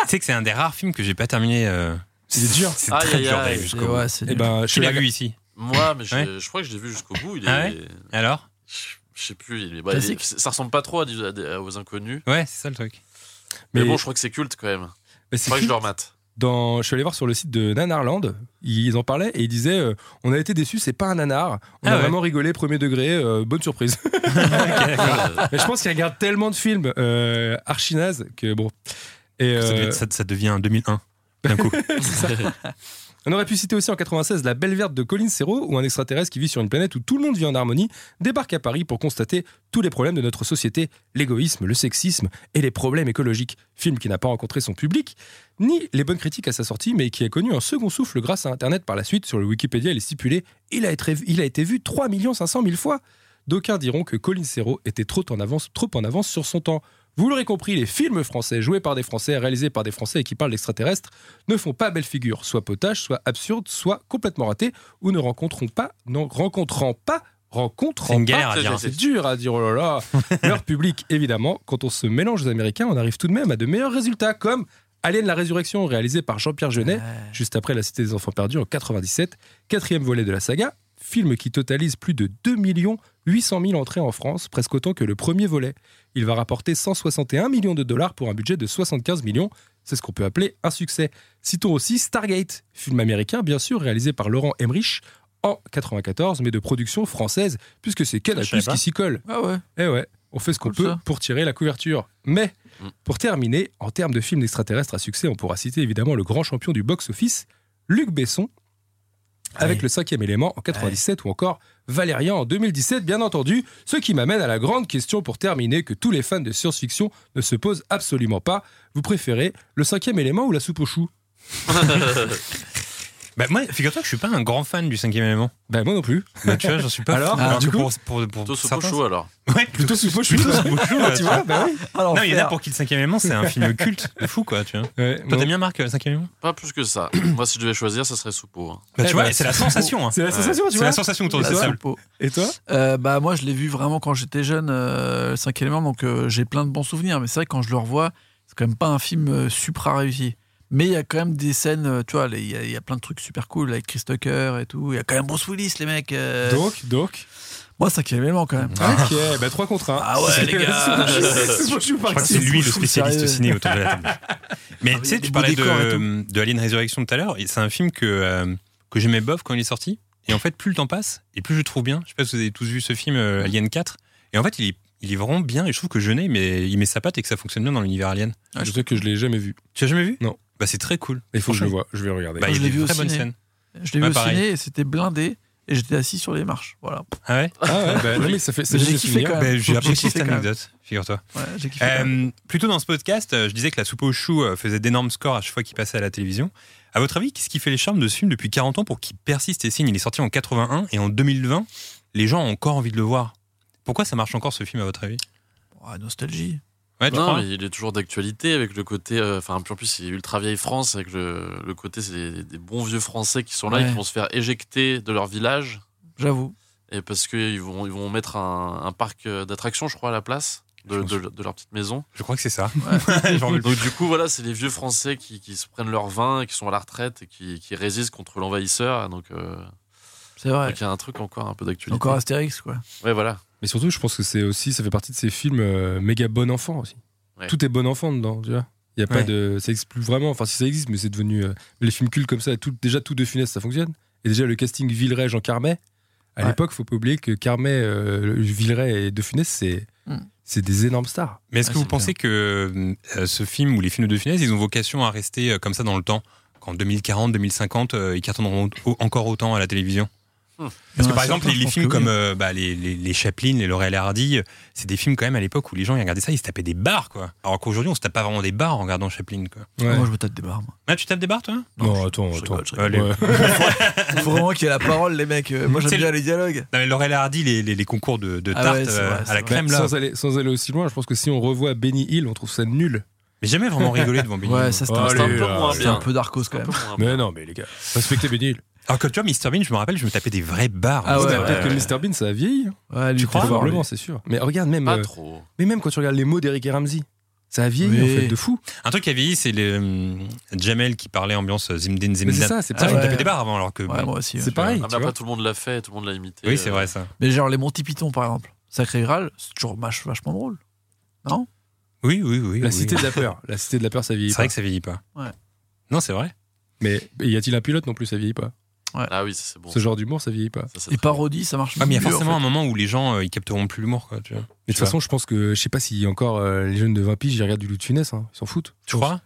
B: sais que c'est un des rares films que j'ai pas terminé. euh,
C: Il est dur.
B: C'est
D: Aïe,
B: très
D: aïe,
B: dur
D: aïe.
B: d'aller
E: Et
B: jusqu'au bout.
E: ouais, c'est
C: Eh
E: nul.
C: ben, je
B: Tu
C: suis
B: l'as
C: la-
B: vu ici.
D: Moi, mais je,
B: Ouais.
D: je crois que je l'ai vu jusqu'au bout. Il est,
B: Ah ouais Alors
D: je, je sais plus. il est- bah,
E: Classique.
D: il est- ça ressemble pas trop à, du- à des- aux inconnus.
B: Ouais, c'est ça le truc.
D: Mais, bon, je crois que c'est culte quand même.
C: Mais
D: Je
C: Bah, c'est
D: crois que je
C: culte.
D: le remate.
C: Dans- je suis allé voir sur le site de Nanarland, ils en parlaient et ils disaient euh, on a été déçus, c'est pas un nanar, on
B: Ah
C: a
B: ouais.
C: vraiment rigolé, premier degré, euh, bonne surprise. Mais je pense qu'ils regardent tellement de films euh, archi nazes que bon. Et,
B: Ça,
C: euh,
B: devient, ça, ça devient 2001 d'un coup.
C: On aurait pu citer aussi en 96 La Belle Verte de Colin Serrault, où un extraterrestre qui vit sur une planète où tout le monde vit en harmonie débarque à Paris pour constater tous les problèmes de notre société, l'égoïsme, le sexisme et les problèmes écologiques. Film qui n'a pas rencontré son public, ni les bonnes critiques à sa sortie, mais qui a connu un second souffle grâce à Internet par la suite. Sur le Wikipédia, il est stipulé il a été, il a été vu 3 500 000 fois. D'aucuns diront que Colin Serrault était trop en avance, trop en avance sur son temps. Vous l'aurez compris, les films français joués par des Français, réalisés par des Français et qui parlent d'extraterrestres ne font pas belle figure, soit potache, soit absurde, soit complètement raté, ou ne rencontreront pas, non, rencontrant pas, rencontrant
B: C'est une
C: pas-
B: galère à
D: ça,
B: dire. hein.
D: je
C: c'est dur à dire, oh là là. Leur public, évidemment, quand on se mélange aux Américains, on arrive tout de même à de meilleurs résultats, comme Alien la Résurrection, réalisé par Jean-Pierre Jeunet,
B: Ah.
C: juste après La Cité des Enfants Perdus en 97, quatrième volet de la saga, film qui totalise plus de 2 800 000 entrées en France, presque autant que le premier volet. Il va rapporter 161 millions de dollars pour un budget de 75 millions, C'est ce qu'on peut appeler un succès. Citons aussi Stargate, film américain bien sûr réalisé par Laurent Emmerich en 94, mais de production française, puisque c'est
B: Je savais
C: Canapus
B: pas.
C: qui s'y colle.
E: Ah ouais.
C: Eh ouais, on fait ce qu'on
E: Cool,
C: peut
E: ça.
C: pour tirer la couverture. Mais,
D: Mm.
C: pour terminer, en termes de films d'extraterrestres à succès, on pourra citer évidemment le grand champion du box-office, Luc Besson, avec le cinquième élément en 97 ou encore Valérian en 2017, bien entendu. Ce qui m'amène à la grande question pour terminer que tous les fans de science-fiction ne se posent absolument pas. Vous préférez le cinquième élément ou la soupe aux choux
D: Euh,
B: Bah, moi, figure-toi que je suis pas un grand fan du cinquième élément.
C: Ben moi non plus.
B: Bah, tu vois, j'en suis pas.
C: Alors,
B: fan.
C: du
B: que
C: coup,
B: pour, pour, pour
D: Plutôt Sopo
B: certains-
D: Chou, alors.
B: Ouais, plutôt
C: soupe aux
B: plutôt Sopo Chou, ouais,
C: tu vois, ben oui.
E: Alors,
B: Non, il y en a
E: faire-
B: pour qui le cinquième élément, c'est un film culte de fou, quoi, tu vois.
C: Ouais,
B: Toi,
C: non.
B: t'aimes bien Marc, euh, le cinquième élément
D: Pas plus que ça. Moi, si je devais choisir, ça serait Soupo. hein.
B: Bah,
C: Eh
B: tu vois,
C: ben,
B: et c'est la sensation. hein. Bah,
C: C'est la sensation, tu
B: C'est
C: vois.
B: la sensation autour de
C: Et
B: cette
C: toi
B: table.
C: Et toi
E: Euh, bah moi je l'ai vu vraiment quand j'étais jeune, euh, le 5 élément, donc euh, j'ai plein de bons souvenirs. Mais c'est vrai que quand je le revois, c'est quand même pas un film euh, supra réussi. Mais il y a quand même des scènes, euh, tu vois, les- il y, a- il y a plein de trucs super cool avec Chris Tucker et tout. Il y a quand même Bruce Willis, les mecs. euh.
C: Donc, donc.
E: Moi, 5 élément quand même.
C: Ok, bah 3 contre 1.
E: Ah ouais, les gars.
B: Ah Je crois que c'est lui le spécialiste ciné autour de la table. Mais tu
E: Ah, il y a
B: sais,
E: des
B: tu
E: beaux
B: parlais
E: décors et
B: de, de Alien Resurrection tout à l'heure, et c'est un film que, euh, que j'aimais bof quand il est sorti. Et en fait, plus le temps passe, et plus je le trouve bien. Je sais pas si vous avez tous vu ce film euh, Alien 4. Et en fait, il est, il est vraiment bien, et je trouve que Jeunet, mais il met sa patte et que ça fonctionne bien dans l'univers Alien.
C: je sais que je l'ai jamais vu.
B: Tu as jamais vu
C: Non.
B: Bah, c'est très cool.
C: Il faut que je le vois, je vais regarder.
B: Bah, il
E: Moi, je
B: y a
E: l'ai
B: des
E: vu au
B: très bonnes
E: ciné.
B: scènes.
E: Je l'ai
B: Ouais,
E: vu au
B: pareil.
E: ciné et c'était blindé et j'étais assis sur les marches. Voilà.
B: Ah ouais
C: ah ouais, bah, non, mais ça fait. ça
E: Mais
C: fait
E: j'ai
C: des
E: kiffé
C: souvenirs.
E: quand même.
B: Bah,
E: Faut-
B: J'ai
E: faut
B: apprécié
E: kiffer
B: cette
E: quand
B: anecdote, figure-toi.
E: Ouais, j'ai kiffé. quand même.
B: Euh, plus tôt dans ce podcast, euh, je disais que la soupe au chou euh, faisait d'énormes scores à chaque fois qu'il passait à la télévision. À votre avis, qu'est-ce qui fait les charmes de ce film depuis 40 ans pour qu'il persiste et signe Il est sorti en 81 et en 2020, les gens ont encore envie de le voir. Pourquoi ça marche encore ce film à votre avis
E: Ouais, Oh, nostalgie.
B: Ouais, Ah, tu
D: Non,
B: crois
D: mais il est toujours d'actualité avec le côté. euh, Enfin, puis en plus, c'est ultra vieille France avec le, le côté, c'est des, des bons vieux Français qui sont là et
E: Ouais.
D: qui vont se faire éjecter de leur village.
E: J'avoue.
D: Et parce qu'ils vont, ils vont mettre un, un parc euh, d'attractions, je crois, à la place de, de- de leur petite maison.
B: Je crois que c'est ça. J'en veux
D: Donc, du coup, voilà, c'est les vieux Français qui, qui se prennent leur vin, et qui sont à la retraite et qui, qui résistent contre l'envahisseur. Donc, euh,
E: C'est vrai.
D: donc, il y a un truc encore un peu d'actualité.
E: Encore Astérix, quoi.
D: Ouais, voilà.
C: Mais surtout, je pense que c'est aussi, ça fait partie de ces films euh, méga bon enfant aussi.
D: Ouais.
C: Tout est bon enfant dedans, tu vois. Il y a pas
B: Ouais.
C: de, ça existe plus vraiment. Enfin, si ça existe, mais c'est devenu euh, les films cultes comme ça. Tout, déjà, tout de Funès, ça fonctionne. Et déjà, le casting Villeray, Jean Carmet. À
E: Ouais.
C: l'époque, faut pas oublier que Carmet, euh, Villeray et De Funès, c'est
E: Mm.
C: c'est des énormes stars.
B: Mais est-ce
D: Ah,
B: que vous
D: c'est
B: pensez que euh, ce film ou les films de De Funès, ils ont vocation à rester euh, comme ça dans le temps Qu'en 2040, 2050, euh, ils cartonneront au- encore autant à la télévision Parce que par exemple, les, les films comme euh, bah, les, les, les Chaplin, les Laurel et Hardy, euh, c'est des films quand même à l'époque où les gens ils regardaient ça, ils se tapaient des barres quoi. Alors qu'aujourd'hui on se tape pas vraiment des barres en regardant Chaplin quoi.
C: Ouais.
E: Moi, je me tape des barres. moi.
B: Ah, tu tapes des barres toi
C: non, attends,
E: je
C: attends.
E: rigole, je
B: rigole.
C: Ouais.
E: Faut vraiment qu'il y ait la parole, les mecs. Euh, Moi,
B: C'est
E: j'aime bien
B: le-
E: les dialogues.
B: Non mais Laurel et Hardy, les, les, les concours de, de
E: Ah
B: tarte
E: ouais, c'est
B: euh,
E: vrai, c'est
B: à la
E: vrai.
B: crème
C: Bah,
B: là.
C: sans, aller, sans aller aussi loin, je pense que si on revoit Benny Hill, on trouve ça nul.
B: Mais jamais vraiment rigolé devant Benny.
E: Ouais,
B: Hill.
E: ça, c'était
C: Oh,
E: un- c'était
C: allez,
E: un, peu
C: là,
B: euh,
E: moins
D: là.
E: bien. un peu Darkos quand
D: Un
E: même.
D: peu moins.
C: Mais non, mais les gars, respectez Benny Hill.
B: Alors que tu vois Mr Bean, je me rappelle, je me tapais des vraies barres.
E: Ah
B: Je me
E: ouais, Ah,
B: tapais-
C: Peut-être que Mr Bean, ça a vieilli. hein.
E: Ouais, lui,
B: Tu crois
E: t'es fort, lui.
C: Probablement, c'est sûr. Mais regarde même,
D: Pas
C: euh,
D: trop. Ah,
C: mais même quand tu regardes les mots d'Eric et Ramsey, ça a vieilli
E: Oui.
C: en fait de fou.
B: Un truc qui a vieilli, c'est les hum, Jamel qui parlait ambiance euh, Zimdin
C: Mais c'est
B: Zimdan.
C: ça, c'est
B: Ça, je me
C: pareil.
B: tapais des barres avant alors que.
E: Ah Ouais,
B: bon.
E: moi aussi.
C: c'est
E: ouais.
C: pareil.
D: Ah, mais
C: tu vois.
D: après, tout le monde l'a fait, tout le monde l'a imité.
B: Oui, c'est
D: euh,
B: vrai ça.
E: Mais genre, les Monty Python, par exemple. Sacré Graal, c'est toujours mach- vachement drôle.
B: Oui, oui, oui.
C: La
B: oui.
C: cité de la peur, la cité de la peur, ça vieillit
B: C'est
C: pas.
B: vrai que ça vieillit pas.
E: Ouais.
B: Non, c'est vrai.
C: Mais y a-t-il un pilote non plus, ça vieillit pas.
D: Ah oui, ça, c'est bon.
C: Ce genre d'humour, ça vieillit pas.
D: Ça, c'est
E: Les
D: très bon.
E: parodies, ça marche
B: Ouais, Ah, mais il y a
E: mieux, en
B: forcément
E: fait.
B: un moment où les gens euh, ils capteront plus l'humour quoi. Tu vois.
C: Mais de
B: Tu
C: toute façon, je pense que je sais pas si encore euh, les jeunes de 20 piges, ils regardent du Loup de Funès, hein. ils s'en foutent.
B: Tu crois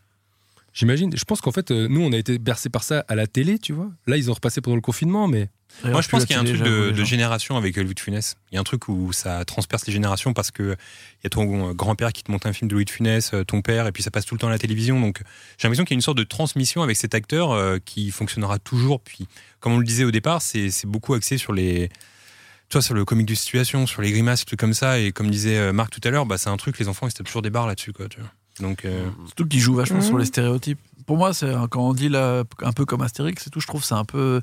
C: J'imagine. Je pense qu'en fait, euh, nous, on a été bercés par ça à la télé, tu vois. Là, ils ont repassé pendant le confinement, mais
E: D'ailleurs,
B: Moi, je
E: plus
B: pense
E: la
B: qu'il y a un
E: télé,
B: truc
E: j'avoue,
B: de,
E: les
B: de
E: gens.
B: génération avec euh, Louis de Funès. Il y a un truc où ça transperce les générations parce que il y a ton euh, grand-père qui te monte un film de Louis de Funès, euh, ton père, et puis ça passe tout le temps à la télévision. Donc, j'ai l'impression qu'il y a une sorte de transmission avec cet acteur euh, qui fonctionnera toujours. Puis, comme on le disait au départ, c'est c'est beaucoup axé sur les. Tu vois, sur le comique de situation, sur les grimaces, des trucs comme ça. Et comme disait euh, Marc tout à l'heure, bah, c'est un truc, les enfants, ils se tapent toujours des barres là-dessus. quoi, tu vois. Donc, euh,
E: Surtout qu'ils jouent vachement sur les stéréotypes. Pour moi, c'est euh, quand on dit là, un peu comme Astérix et tout, je trouve que c'est un peu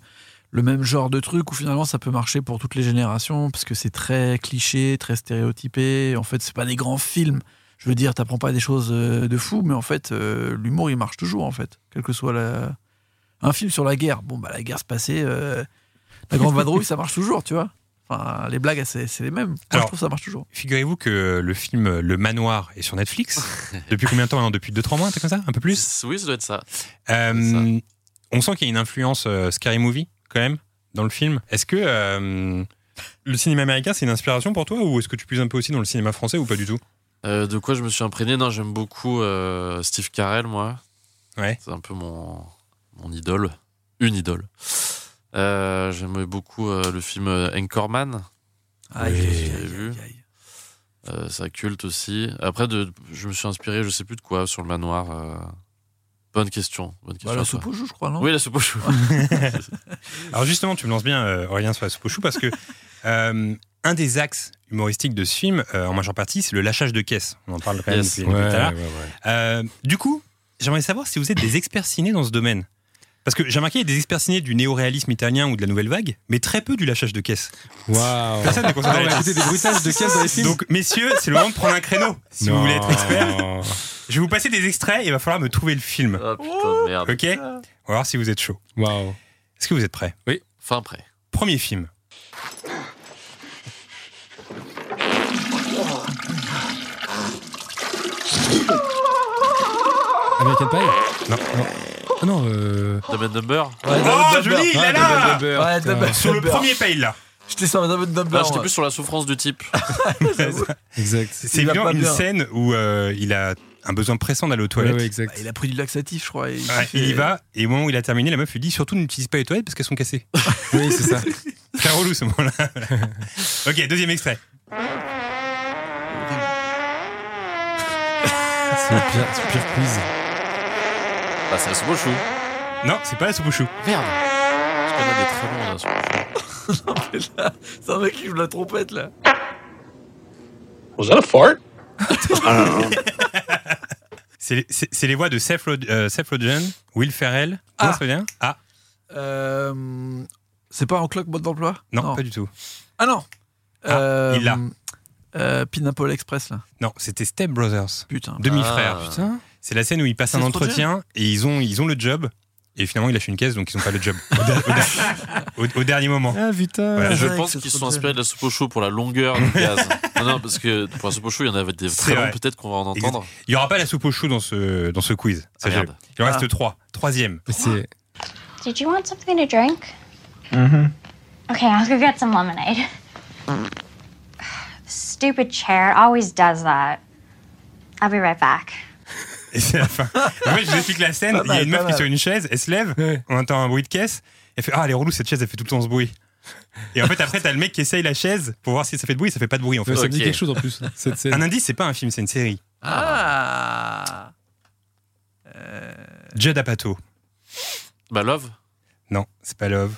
E: le même genre de truc où finalement ça peut marcher pour toutes les générations parce que c'est très cliché, très stéréotypé. En fait, c'est pas des grands films. Je veux dire, t'apprends pas des choses euh, de fou, mais en fait, euh, l'humour il marche toujours en fait, quelle que soit la. Un film sur la guerre, bon bah la guerre se passait, euh, la grande vadrouille ça marche toujours, tu vois. Enfin, les blagues, c'est c'est les mêmes. Moi,
B: Alors,
E: je trouve que ça marche toujours.
B: Figurez-vous que le film Le Manoir est sur Netflix. Depuis combien de temps maintenant Depuis 2-3 mois, un truc comme ça Un peu plus
D: Oui, ça doit être ça.
B: Euh, on sent qu'il y a une influence euh, Scary Movie quand même dans le film. Est-ce que euh, le cinéma américain c'est une inspiration pour toi ou est-ce que tu puises un peu aussi dans le cinéma français ou pas du tout
D: Euh, de quoi je me suis imprégné Non, j'aime beaucoup euh, Steve Carell, moi.
B: Ouais.
D: C'est un peu mon, mon idole. Une idole. Euh, J'aimais beaucoup euh, le film euh, Anchorman.
E: Aïe,
D: Oui.
E: aïe,
D: J'ai vu.
E: aïe, aïe, aïe.
D: Euh, ça culte aussi. Après, de, je me suis inspiré, je sais plus de quoi, sur le manoir. euh. Bonne question. Bonne question
E: Bah,
D: à
E: la
D: toi.
E: soupe au chou, je crois, non
D: Oui, la soupe aux choux.
B: Alors justement, tu me lances bien euh, Aurélien sur la soupe aux choux, parce que euh, un des axes humoristiques de ce film, euh, en majeure partie, c'est le lâchage de caisse. On en parle quand même
D: Yes.
B: depuis
C: Ouais,
B: depuis tout à l'heure.
C: ouais, ouais.
B: Euh, du coup, j'aimerais savoir si vous êtes des experts ciné dans ce domaine. Parce que j'ai remarqué, il y a des experts ciné du néoréalisme italien ou de la nouvelle vague, mais très peu du lâchage de caisse.
C: Waouh.
B: Personne n'est considéré
C: Ah, on a
B: comme-
C: écouté des bruitages de caisses dans les films.
B: Donc, messieurs, c'est le moment de prendre un créneau. Si vous voulez être expert,
C: Non.
B: je vais vous passer des extraits et il va falloir me trouver le film.
D: Ah putain, merde.
B: Ok On va voir si vous êtes chaud.
C: Waouh.
B: Est-ce que vous êtes prêts
D: Oui, fin prêt.
B: Premier film.
C: American Pie Non. Non. Ah non, euh.
D: Dumb and Dumber
B: Oh, joli, il est là
E: Ouais,
C: Putain.
E: Dumber.
B: Sur le
E: Dumber.
B: premier pail, là.
E: Ah, J'étais sur Dumb and Dumber.
D: Là, Ah, j'étais
E: moi.
D: plus sur la souffrance du type.
C: Exact.
B: C'est
E: Il va
B: bien
E: pas
B: une
E: bien.
B: scène où euh, il a un besoin pressant d'aller aux
C: Ouais,
B: toilettes.
C: ouais,
E: Bah,
C: exact.
E: Il a pris du laxatif, je crois. et
B: Ouais,
E: s'est
B: il y
E: fait-
B: va, et au moment où il a terminé, la meuf lui dit surtout n'utilise pas les toilettes parce qu'elles sont cassées.
C: Oui, c'est ça.
B: Très relou ce moment-là. ok, deuxième extrait.
C: C'est le pire, c'est le pire quiz.
D: Bah, c'est la soupe aux choux.
B: Non, c'est pas la soupe au chou.
D: Merde. Parce qu'on a des très bons, là, sur-
E: C'est un mec qui joue de la trompette, là.
B: C'est c'est- c'est les voix de Seth, Rod- euh, Seth Rogen, Will Ferrell. Comment
E: Ah.
B: ça se vient Ah,
E: Euh, C'est pas en cloque mode d'emploi
B: non, pas du tout.
E: Ah non Euh,
B: il l'a.
E: euh, Pineapple Express, là.
B: Non, c'était Step Brothers.
E: Putain.
B: Demi-frère.
D: Ah.
E: Putain.
B: C'est la scène où ils passent un
E: C'est
B: entretien et ils ont, ils ont le job. Et finalement, ils lâchent une caisse, donc ils n'ont pas le job. Au, der- au der- au- au dernier moment.
C: Ah putain.
B: Voilà,
D: Je
E: Ouais,
D: pense
E: que
D: qu'ils se
E: ce
D: sont
E: soit
D: inspirés de la soupe au chou pour la longueur du gaz. Non, non, parce que pour la soupe au chou, il y en avait des
B: C'est
D: très longs,
B: vrai.
D: peut-être qu'on va en entendre.
B: Il n'y aura pas la soupe au chou dans ce, dans ce quiz. Ça,
D: Ah,
B: je-
D: merde.
B: Il en reste
E: Ah.
B: trois. Troisième.
C: C'est.
G: Did you want something to drink? Mm-hmm. Okay, I'll go get some lemonade. This Stupid chair always does that. I'll be right back.
B: Et c'est la fin. En fait, je vous explique la scène.
E: Pas
B: Il y a
E: mal,
B: une
E: pas
B: meuf qui est
E: mal.
B: sur une chaise, elle se lève,
C: Ouais.
B: on entend un bruit de caisse. Elle fait Ah, elle est relou cette chaise, elle fait tout le temps ce bruit. Et en fait, après, t'as le mec qui essaye la chaise pour voir si ça fait de bruit, ça fait pas de bruit en fait.
C: Ça me dit
D: Ok.
C: quelque chose en plus, cette
B: Un
C: scène.
B: indice, c'est pas un film, c'est une série.
E: Ah Euh,
B: Judd Apatow.
D: Bah, Love
B: Non, c'est pas Love.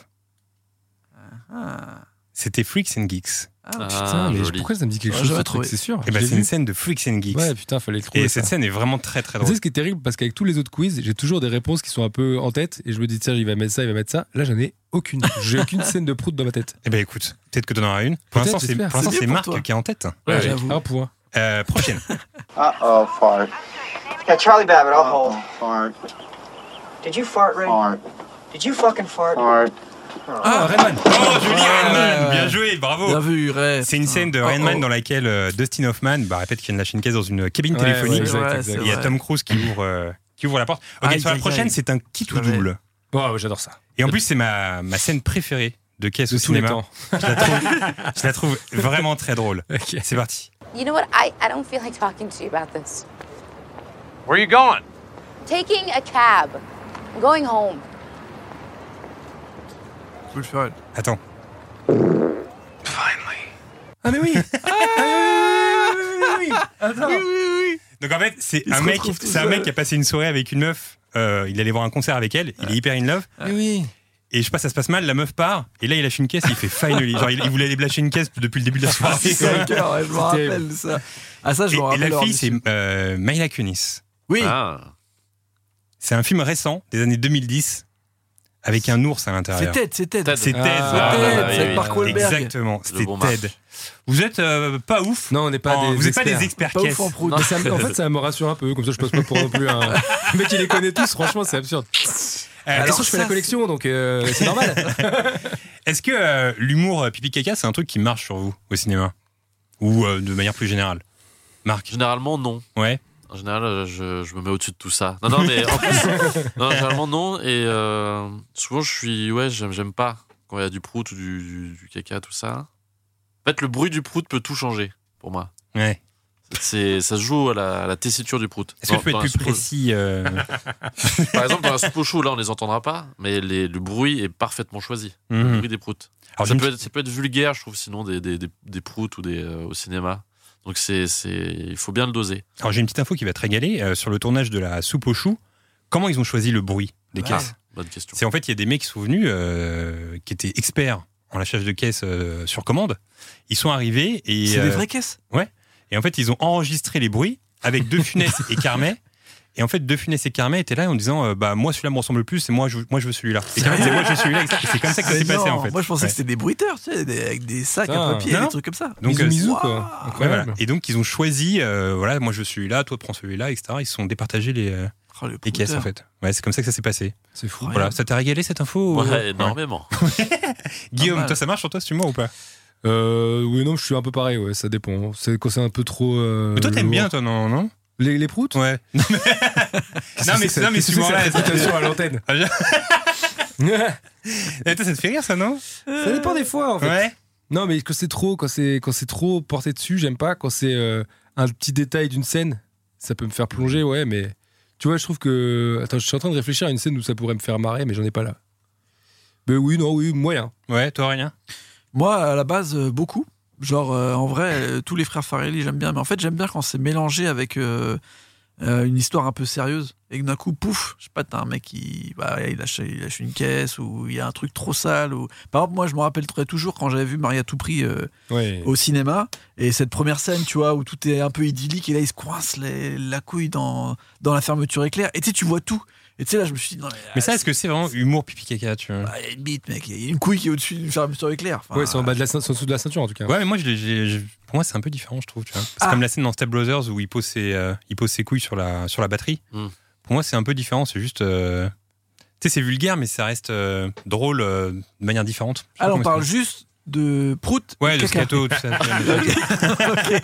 B: C'était Freaks and Geeks.
E: Ah,
C: Putain, mais
D: joli.
C: pourquoi ça me dit quelque
E: Ouais,
C: chose
E: j'aurais
C: ce truc,
E: trouvé.
C: C'est sûr.
B: Et bah,
C: Je l'ai
B: c'est
C: vu.
B: une scène de Freaks and Geeks.
C: Ouais, putain, fallait le trouver.
B: et
C: ça.
B: cette scène est vraiment très très
C: Tu
B: drôle.
C: sais ce qui est terrible parce qu'avec tous les autres quiz, j'ai toujours des réponses qui sont un peu en tête et je me dis tiens, il va mettre ça, il va mettre ça. Là, j'en ai aucune. J'ai aucune scène de prout dans ma tête.
B: Eh ben écoute, peut-être que t'en auras une. Pour
C: Peut-être,
B: l'instant, c'est,
C: j'espère.
B: pour l'instant,
E: C'est
B: c'est
E: bien
B: Marc
E: pour toi.
B: qui est en tête.
E: Ouais,
C: j'ai
E: j'avoue.
C: Un point.
B: Euh, prochaine.
H: Uh-oh, fart.
I: Yeah, Charlie Babbitt, I'll hold.
H: Fart.
I: Did you fart, Ray?
H: Fart.
I: Did you fucking fart?
H: Fart.
C: Ah, Redman
B: Oh, Julien Redman,
E: ouais, ouais.
B: bien joué, bravo.
E: Bien vu, Ray.
B: Oh. C'est une
E: Putain.
B: scène de
E: Oh,
B: Rain Man
E: oh.
B: dans laquelle euh, Dustin Hoffman bah, répète qu'il y a une lâche une caisse dans une cabine
C: Ouais,
B: téléphonique.
C: ouais, Ah, exact,
E: Ouais,
C: exact.
E: c'est
B: Il y a
E: vrai.
B: Tom Cruise qui ouvre, euh, qui ouvre la porte. Ok,
E: Aïe,
B: sur la
E: aïe,
B: prochaine,
E: aïe.
B: c'est un kit ou
E: Ouais, ouais.
B: double.
C: Oh, ouais, j'adore ça.
B: Et en plus, c'est ma, ma scène préférée de caisse
C: De
B: au
C: tous les
B: cinéma.
C: temps.
B: Je la trouve, je la trouve vraiment très drôle. C'est parti.
G: You know what? I, I don't feel like talking to you about this.
I: Where you going?
G: Taking a cab, going home.
E: Will Ferrell.
B: Attends.
C: Ah, mais oui
B: Donc en fait, c'est
E: Il
B: un
E: se
B: mec,
E: retrouve tout
B: c'est un mec
E: seul.
B: qui a passé une soirée avec une meuf. Euh, il allait voir un concert avec elle. Il est hyper in love.
C: Mais oui
B: Et je sais pas, ça se passe mal. La meuf part. Et là, il lâche une caisse. Il fait finally. Genre, il, il voulait aller lâcher une caisse depuis le début de la soirée.
E: Ah, C'est cinq heures, ouais, je me
C: terrible.
E: rappelle de ça. Ah, ça, je
B: Et,
E: me
B: et
E: rappelle.
B: la
E: alors,
B: fille,
E: du
B: c'est hein.
E: film.
B: euh, Mila Kunis.
E: Oui,
D: Ah,
B: C'est un film récent, des années 2010, avec un ours à
E: c'est
B: l'intérieur.
E: Ted, c'est Ted.
D: Ted.
B: C'est Ted.
C: Ah,
B: voilà.
E: Ted,
D: oui,
E: c'est
D: oui.
E: Mark Wahlberg.
B: Exactement, c'était
D: bon match.
B: Ted. Vous êtes euh, pas ouf.
C: Non, on n'est pas
B: en-
C: des
B: Oh, vous n'êtes pas
C: experts.
B: des experts
E: Pas
B: caisses.
E: ouf en prout.
C: Ça me- en fait, ça me rassure un peu, comme ça je passe pas pour non plus un. Le mec, il les connaît tous, franchement, c'est absurde.
B: Euh,
C: Alors,
E: Alors
C: je fais la
E: ça,
C: collection, donc euh, c'est normal.
B: Est-ce Est-ce que euh, l'humour euh, pipi caca, c'est un truc qui marche sur vous au cinéma Ou euh, de manière plus générale Marc
D: Généralement, non.
B: Ouais.
D: En général, euh, je, je me mets au-dessus de tout ça. Non, non, mais en plus, non, généralement, non. Et euh, souvent, je suis. Ouais, j'aime, j'aime pas quand il y a du prout ou du, du- du caca, tout ça. En fait, le bruit du prout peut tout changer pour moi.
B: Ouais.
D: C'est, ça se joue à la, à la tessiture du prout.
B: Est-ce que
D: Dans-
B: tu peux être
D: dans la
B: plus
D: soupe au-
B: précis euh,
D: Par exemple, dans la soupe au chou, là, on les entendra pas, mais les- le bruit est parfaitement choisi.
B: Mhm.
D: Le bruit des proutes.
B: Alors,
D: ça,
B: j'ai
D: peut
B: une-
D: être, ça peut être vulgaire, je trouve, sinon, des, des, des, des proutes ou des, euh, au cinéma. Donc, c'est, c'est, il faut bien le doser.
B: Alors j'ai une petite info qui va te régaler. Euh, sur le tournage de la soupe aux choux, comment ils ont choisi le bruit des
D: Ah,
B: caisses
D: Bonne question.
B: C'est en fait, il y a des mecs qui sont venus, euh, qui étaient experts en lâchage de caisse euh, sur commande. Ils sont arrivés et...
E: C'est des
B: euh,
E: vraies caisses
B: Ouais. Et en fait, ils ont enregistré les bruits avec De Funès et Carmet. Et en fait, De Funès et Carmet étaient là en disant euh, Bah, moi, celui-là me ressemble le plus, et moi, je, moi, je veux celui-là. Et Carmet disait Moi, je veux celui-là. Et c'est comme ça que ça s'est passé,
E: énorme.
B: en fait.
E: Bah Ah, Moi, je pensais
B: Ouais.
E: que c'était des bruiteurs, tu sais, des- avec des sacs
C: Putain.
E: à papier,
B: Non.
E: des trucs comme ça.
B: Donc,
C: Bisous,
B: euh,
C: bisous,
E: Waouh.
C: quoi.
B: Ouais,
C: Incroyable.
B: voilà. Et donc, ils ont choisi euh, Voilà, moi, je veux celui-là, toi, prends celui-là, etc. Ils se sont départagés les, euh,
E: Oh, le
B: les caisses, en
E: brouteur.
B: fait. Ouais, c'est comme ça que ça s'est passé.
C: C'est fou.
E: Ouais.
B: Voilà, ça t'a régalé cette info ou-
D: Ouais,
B: Ouais.
D: énormément.
B: Guillaume,
E: mal.
B: toi, ça marche sur toi, tu moi ou pas
C: Euh, oui, non, je suis un peu pareil, ouais, ça dépend. C'est quand c'est un peu trop. euh,
B: Mais toi, t'aimes
C: lourd.
B: bien, toi, non, non
C: Les, les proutes
B: Ouais. Non, mais,
C: Ah,
B: non, mais, non, mais
C: tu
B: souvent, là,
C: à l'antenne.
B: Ah, Eh, toi, ça te fait rire, ça, non
C: ça dépend des fois, en fait.
B: Ouais.
C: Non, mais quand c'est trop, quand c'est quand c'est trop porté dessus, j'aime pas. Quand c'est euh, un petit détail d'une scène, ça peut me faire plonger, ouais. Mais tu vois, je trouve que attends, je suis en train de réfléchir à une scène où ça pourrait me faire marrer, mais j'en ai pas là. Mais oui, non, oui, moyen.
B: Ouais, toi, rien.
E: Moi, à la base, euh, beaucoup. Genre, euh, en vrai, euh, tous les frères Farelli, j'aime bien. Mais en fait, j'aime bien quand c'est mélangé avec euh, euh, une histoire un peu sérieuse. Et que d'un coup, pouf, je sais pas, t'as un mec qui bah, il lâche, il lâche une caisse ou il y a un truc trop sale. Ou... Par exemple, moi, je me rappellerai toujours quand j'avais vu Marie à tout prix euh,
C: Ouais.
E: au cinéma. Et cette première scène, tu vois, où tout est un peu idyllique. Et là, il se coince les- la couille dans, dans la fermeture éclair. Et tu sais, tu vois tout. Et tu sais, là, je me suis dit, non, mais,
B: Mais ça, est-ce que c'est vraiment humour pipi caca, tu vois
E: bah, il y a une bite, mec. Il y a une couille qui est au-dessus d'une fermeture éclair. Enfin,
C: Ouais, c'est en bas de la ceint- c'est en dessous de la ceinture en tout cas.
B: Ouais, mais moi, je l'ai- j'ai- j'ai- pour moi, c'est un peu différent, je trouve. Tu vois. Parce que
E: Ah.
B: comme la scène dans Step Brothers où il pose ses, euh, il pose ses couilles sur la, sur la batterie,
D: Hmm.
B: pour moi, c'est un peu différent. C'est juste. euh, Tu sais, c'est vulgaire, mais ça reste euh, drôle euh, de manière différente. Je sais
E: Alors, Ah,
B: pas
E: on
B: comment
E: parle juste de prout.
B: expliquer. Ouais,
E: et
B: le
E: caca.
B: scato, tout ça. tu vois, mais-
E: Ok.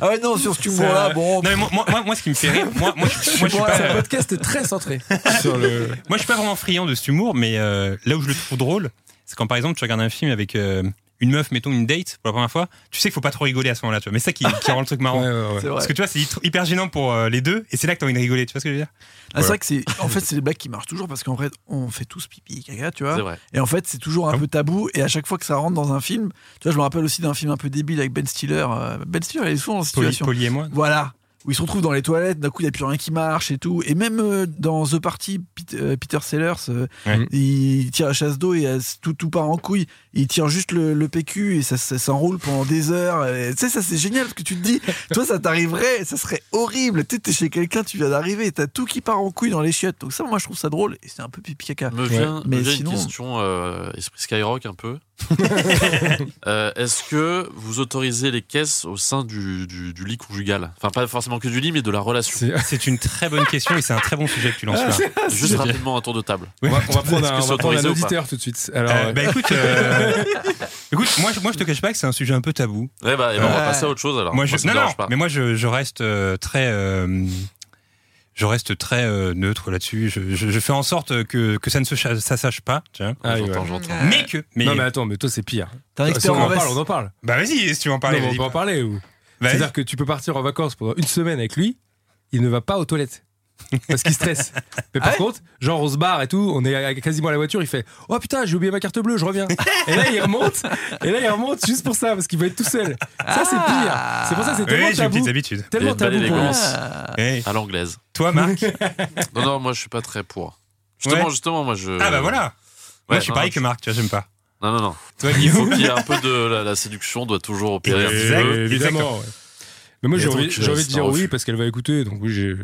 E: Ah ouais, non, sur ce
B: Ça-
E: humour-là, bon.
B: Non, mais moi, moi, moi- moi, ce qui me fait rire, moi, moi, je, moi, je suis
C: Ouais,
B: pas,
C: ce
B: euh,
C: podcast est très centré sur le.
B: moi, je suis pas vraiment friand de cet humour, mais euh, là où je le trouve drôle, c'est quand par exemple tu regardes un film avec euh, une meuf, mettons une date pour la première fois, tu sais qu'il faut pas trop rigoler à ce moment-là, tu vois. Mais c'est ça qui, qui rend le truc marrant.
C: Ouais, ouais, ouais.
E: C'est vrai.
B: Parce que tu vois, c'est hy- hyper gênant pour euh, les deux, et c'est là que t'as envie de rigoler, tu vois ce que je veux dire
E: Ah, c'est vrai que c'est. En fait, c'est des blagues qui marchent toujours parce qu'en vrai, on fait tous pipi, caca, tu
D: C'est
E: vois.
D: vrai.
E: Et en fait, c'est toujours
B: Ah
E: un
B: bon
E: peu tabou. Et à chaque fois que ça rentre dans un film, tu vois, je me rappelle aussi d'un film un peu débile avec Ben Stiller. euh, Ben Stiller, il est souvent dans cette
B: Polly,
E: situation.
B: Polly et moi.
E: Voilà. Où ils se retrouvent dans les toilettes, d'un coup il n'y a plus rien qui marche et tout. Et même euh, dans The Party, Pete- euh, Peter Sellers, euh,
B: Ouais.
E: il tire la chasse d'eau et euh, c'est tout, tout part en couille. Il tire juste le, le PQ et ça, ça s'enroule pendant des heures. Et Tu sais, ça c'est génial parce que tu te dis, toi ça t'arriverait, ça serait horrible. Tu sais, t'es chez quelqu'un, tu viens d'arriver, t'as tout qui part en couille dans les chiottes. Donc ça, moi je trouve ça drôle et c'est un peu pipi
C: Mm.
E: caca.
D: Me vient,
E: Mais
D: me vient
E: sinon-
D: une question, euh, esprit Skyrock un peu. Euh, Est-ce que vous autorisez les caisses au sein du, du- du lit conjugal Enfin, pas forcément que du lit, mais de la relation.
C: C'est-
B: C'est une très bonne question et c'est un très bon sujet que tu lances là.
D: Juste rapidement, un tour de table.
C: On va, on va prendre
D: Est-ce
C: un,
D: que
C: on
D: c'est
C: va prendre un
D: autorisé ou pas
C: auditeur tout de suite. Alors,
B: Euh,
C: euh,
B: bah écoute, euh, écoute moi, je- moi je te cache pas que c'est un sujet un peu tabou.
D: Ouais, bah, eh ben, on
E: Ouais.
D: va passer à autre
C: Ah,
D: chose alors.
B: moi, je,
D: ça me
B: non, non,
D: dérange pas.
B: mais moi je, je reste euh, très. euh, je reste très euh, neutre là-dessus. Je, je- je fais en sorte que, que ça ne se cha- ça sache pas, tu vois.
C: ah, oui, ouais.
D: J'entends, j'entends.
B: Mais que. Mais,
C: Non, mais attends, mais toi Ah, c'est pire.
E: T'es un
C: Si
E: expert
C: on
E: en
C: en
E: veste.
C: parle, on en parle.
B: Bah vas-y, si tu veux en parler.
C: Non, mais on
B: vas-y.
C: peut en parler. Ou...
B: Vas-y.
C: C'est-à-dire que tu peux partir en vacances pendant une semaine avec lui, il ne va pas aux toilettes. Parce qu'il stresse. Mais
B: Ah
C: par contre, genre on se barre et tout, on est à- quasiment à la voiture, il fait Oh putain, j'ai oublié ma carte bleue, je reviens. et là il remonte, et là il remonte juste pour ça, parce qu'il veut être tout seul. Ça c'est pire. C'est pour ça que
B: Ah.
C: c'est
B: Oui,
C: tellement
B: j'ai une
C: tabou.
B: petite habitude.
D: Il y a
C: Tellement
D: une belle
C: tabou pour lui.
D: élégance
E: Ah.
B: Eh,
D: à l'anglaise.
B: Toi, Marc
D: Non, non, moi je suis pas très pour. Justement,
B: Ouais.
D: justement, moi je.
B: Ah bah voilà Moi
D: Ouais,
B: je suis
D: non,
B: pareil
D: non,
B: que Marc, tu vois, j'aime pas.
D: Non, non, non.
B: Toi,
D: Il faut
B: Guillaume
D: qu'il y ait un peu de. La, la séduction doit toujours opérer un petit
B: Exact.
D: peu.
C: Euh, Évidemment. ouais. Mais moi,
D: Et
C: j'ai
D: donc,
C: envie,
D: euh,
C: j'ai envie de
D: c'est un
C: dire
D: refus.
C: oui parce qu'elle va écouter, donc oui, j'ai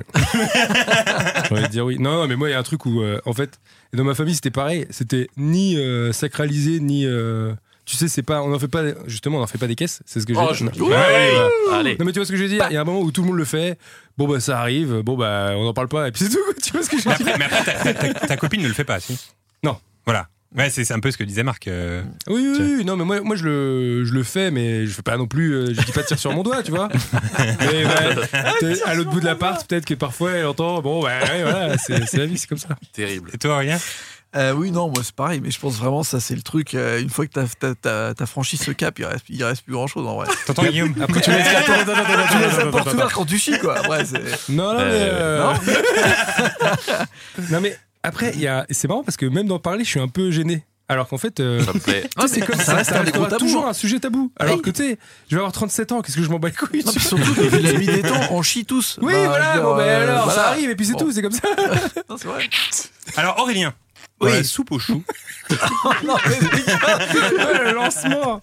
C: j'ai envie de dire oui. Non, non, mais moi, il y a un truc où, euh, en fait, dans ma famille, c'était pareil. C'était ni euh, sacralisé, ni. euh, tu sais, c'est pas. On en fait pas. Justement, on en fait pas des caisses. C'est ce que je veux
D: Oh,
C: dire.
D: je-
C: Non.
D: Ouais, Allez.
C: Non, mais tu vois ce que je veux dire Il y a un moment où tout le monde le fait. Bon, bah, ça arrive. Bon, bah, on n'en parle pas. Et puis c'est tout. quoi. Tu vois ce que je
B: Mais
C: veux dire
B: après, mais après, ta, ta- ta- ta copine ne le fait pas, si
C: Non.
B: Voilà. Ouais, c'est c'est un peu ce que disait Marc. euh,
C: Oui, oui, oui, non, mais moi, moi je, le, je le fais, mais je fais pas non plus. euh, je dis pas tire sur mon doigt, tu vois. Mais ouais, t'es à l'autre bout de l'appart, peut-être que parfois elle entend, bon, ouais, ouais, voilà, c'est c'est la vie, c'est comme ça.
D: Terrible.
B: Et toi, rien
E: Euh, oui, non, moi c'est pareil, mais je pense vraiment ça c'est le truc. euh, une fois que t'as t'as- t'as- t'as franchi ce cap, il reste, il reste plus grand chose en vrai.
B: T'entends, Guillaume
C: Après, tu laisses la
E: Attends, attends, attends, attends, tu laisses la
C: attends,
E: porte
C: attends,
E: ouverte quand tu chies quoi. Après, c'est-
C: Non, non, mais.
D: Euh,
C: euh, non, mais après, il y a... c'est marrant parce que même d'en parler, je suis un peu gêné. Alors qu'en fait. euh,
D: Ça me plaît.
C: tu sais, c'est comme ça,
E: reste un des gros
C: restera
E: tabous.
C: toujours un sujet tabou. Alors que tu sais, je vais avoir 37 ans, qu'est-ce que je m'en bats les couilles
E: Non,
C: tu
E: puis
C: vois.
E: surtout depuis la nuit des temps, on chie tous.
C: Oui,
E: Bah, je
C: voilà,
E: veux dire,
C: bon, mais
E: euh,
C: alors, ça
E: voilà.
C: arrive, et puis c'est
E: Bon.
C: tout, c'est comme ça.
E: Non, c'est vrai.
B: Alors, Aurélien, dans
E: Oui.
B: la soupe aux choux.
E: Non, mais les gars,
C: le lancement.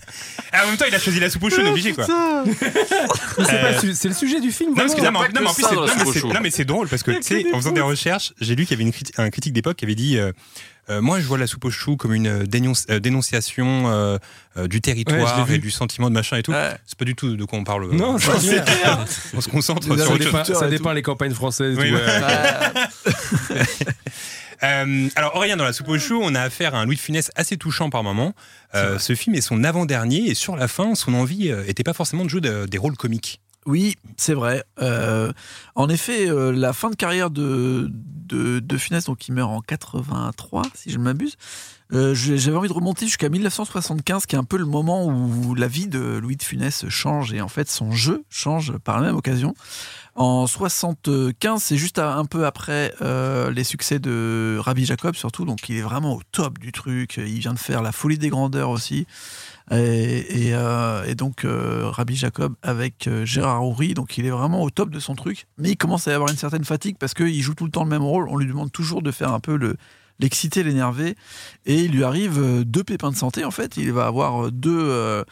B: Ah, en même temps, il a choisi la soupe aux choux, on est obligé, quoi.
C: Mais c'est,
B: Euh,
C: pas le su- c'est le sujet du film.
B: Non,
C: vraiment.
B: parce que- non, mais en-
D: pas que
B: non, mais en plus,
D: ça
B: c'est-
D: dans la
B: non, mais
D: soupe au
B: c'est-
D: chou.
B: non, mais c'est drôle parce que, tu sais, en faisant des recherches, j'ai lu qu'il y avait une criti- un critique d'époque qui avait dit euh, euh, Moi, je vois la soupe aux choux comme une euh, dénonce- euh, dénonciation euh, euh, du
C: Ouais, je
B: territoire
C: l'ai vu.
B: et du sentiment de machin et tout.
E: Ouais.
B: C'est pas du tout de quoi on parle. euh,
C: Non, c'est clair.
B: on se concentre sur
E: Des
C: Ça
B: autre
E: années
B: chose.
C: dépeint, ça
E: et tout.
C: dépeint les campagnes françaises. et
B: Oui,
C: tout,
B: ouais.
C: ouais.
E: bah,
B: Euh, alors Aurélien, dans la soupe aux choux, on a affaire à un Louis de Funès assez touchant par moment. Euh, ce film est son avant-dernier et sur la fin, son envie euh, était pas forcément de jouer de- des rôles comiques.
E: Oui, c'est vrai. Euh, en effet, euh, la fin de carrière de, de, de Funès, donc il meurt en 83, si je ne m'abuse, euh, j'ai- j'avais envie de remonter jusqu'à 1975, qui est un peu le moment où la vie de Louis de Funès change et en fait son jeu change par la même occasion. En 75, c'est juste à- un peu après euh, les succès de Rabbi Jacob, surtout, donc il est vraiment au top du truc. Il vient de faire La Folie des Grandeurs aussi. Et, et, euh, et donc euh, Rabbi Jacob avec euh, Gérard Houry, donc il est vraiment au top de son truc, mais il commence à y avoir une certaine fatigue parce qu'il joue tout le temps le même rôle, on lui demande toujours de faire un peu le l'exciter, l'énerver, et il lui arrive euh, deux pépins de santé en fait, il va avoir euh, deux euh,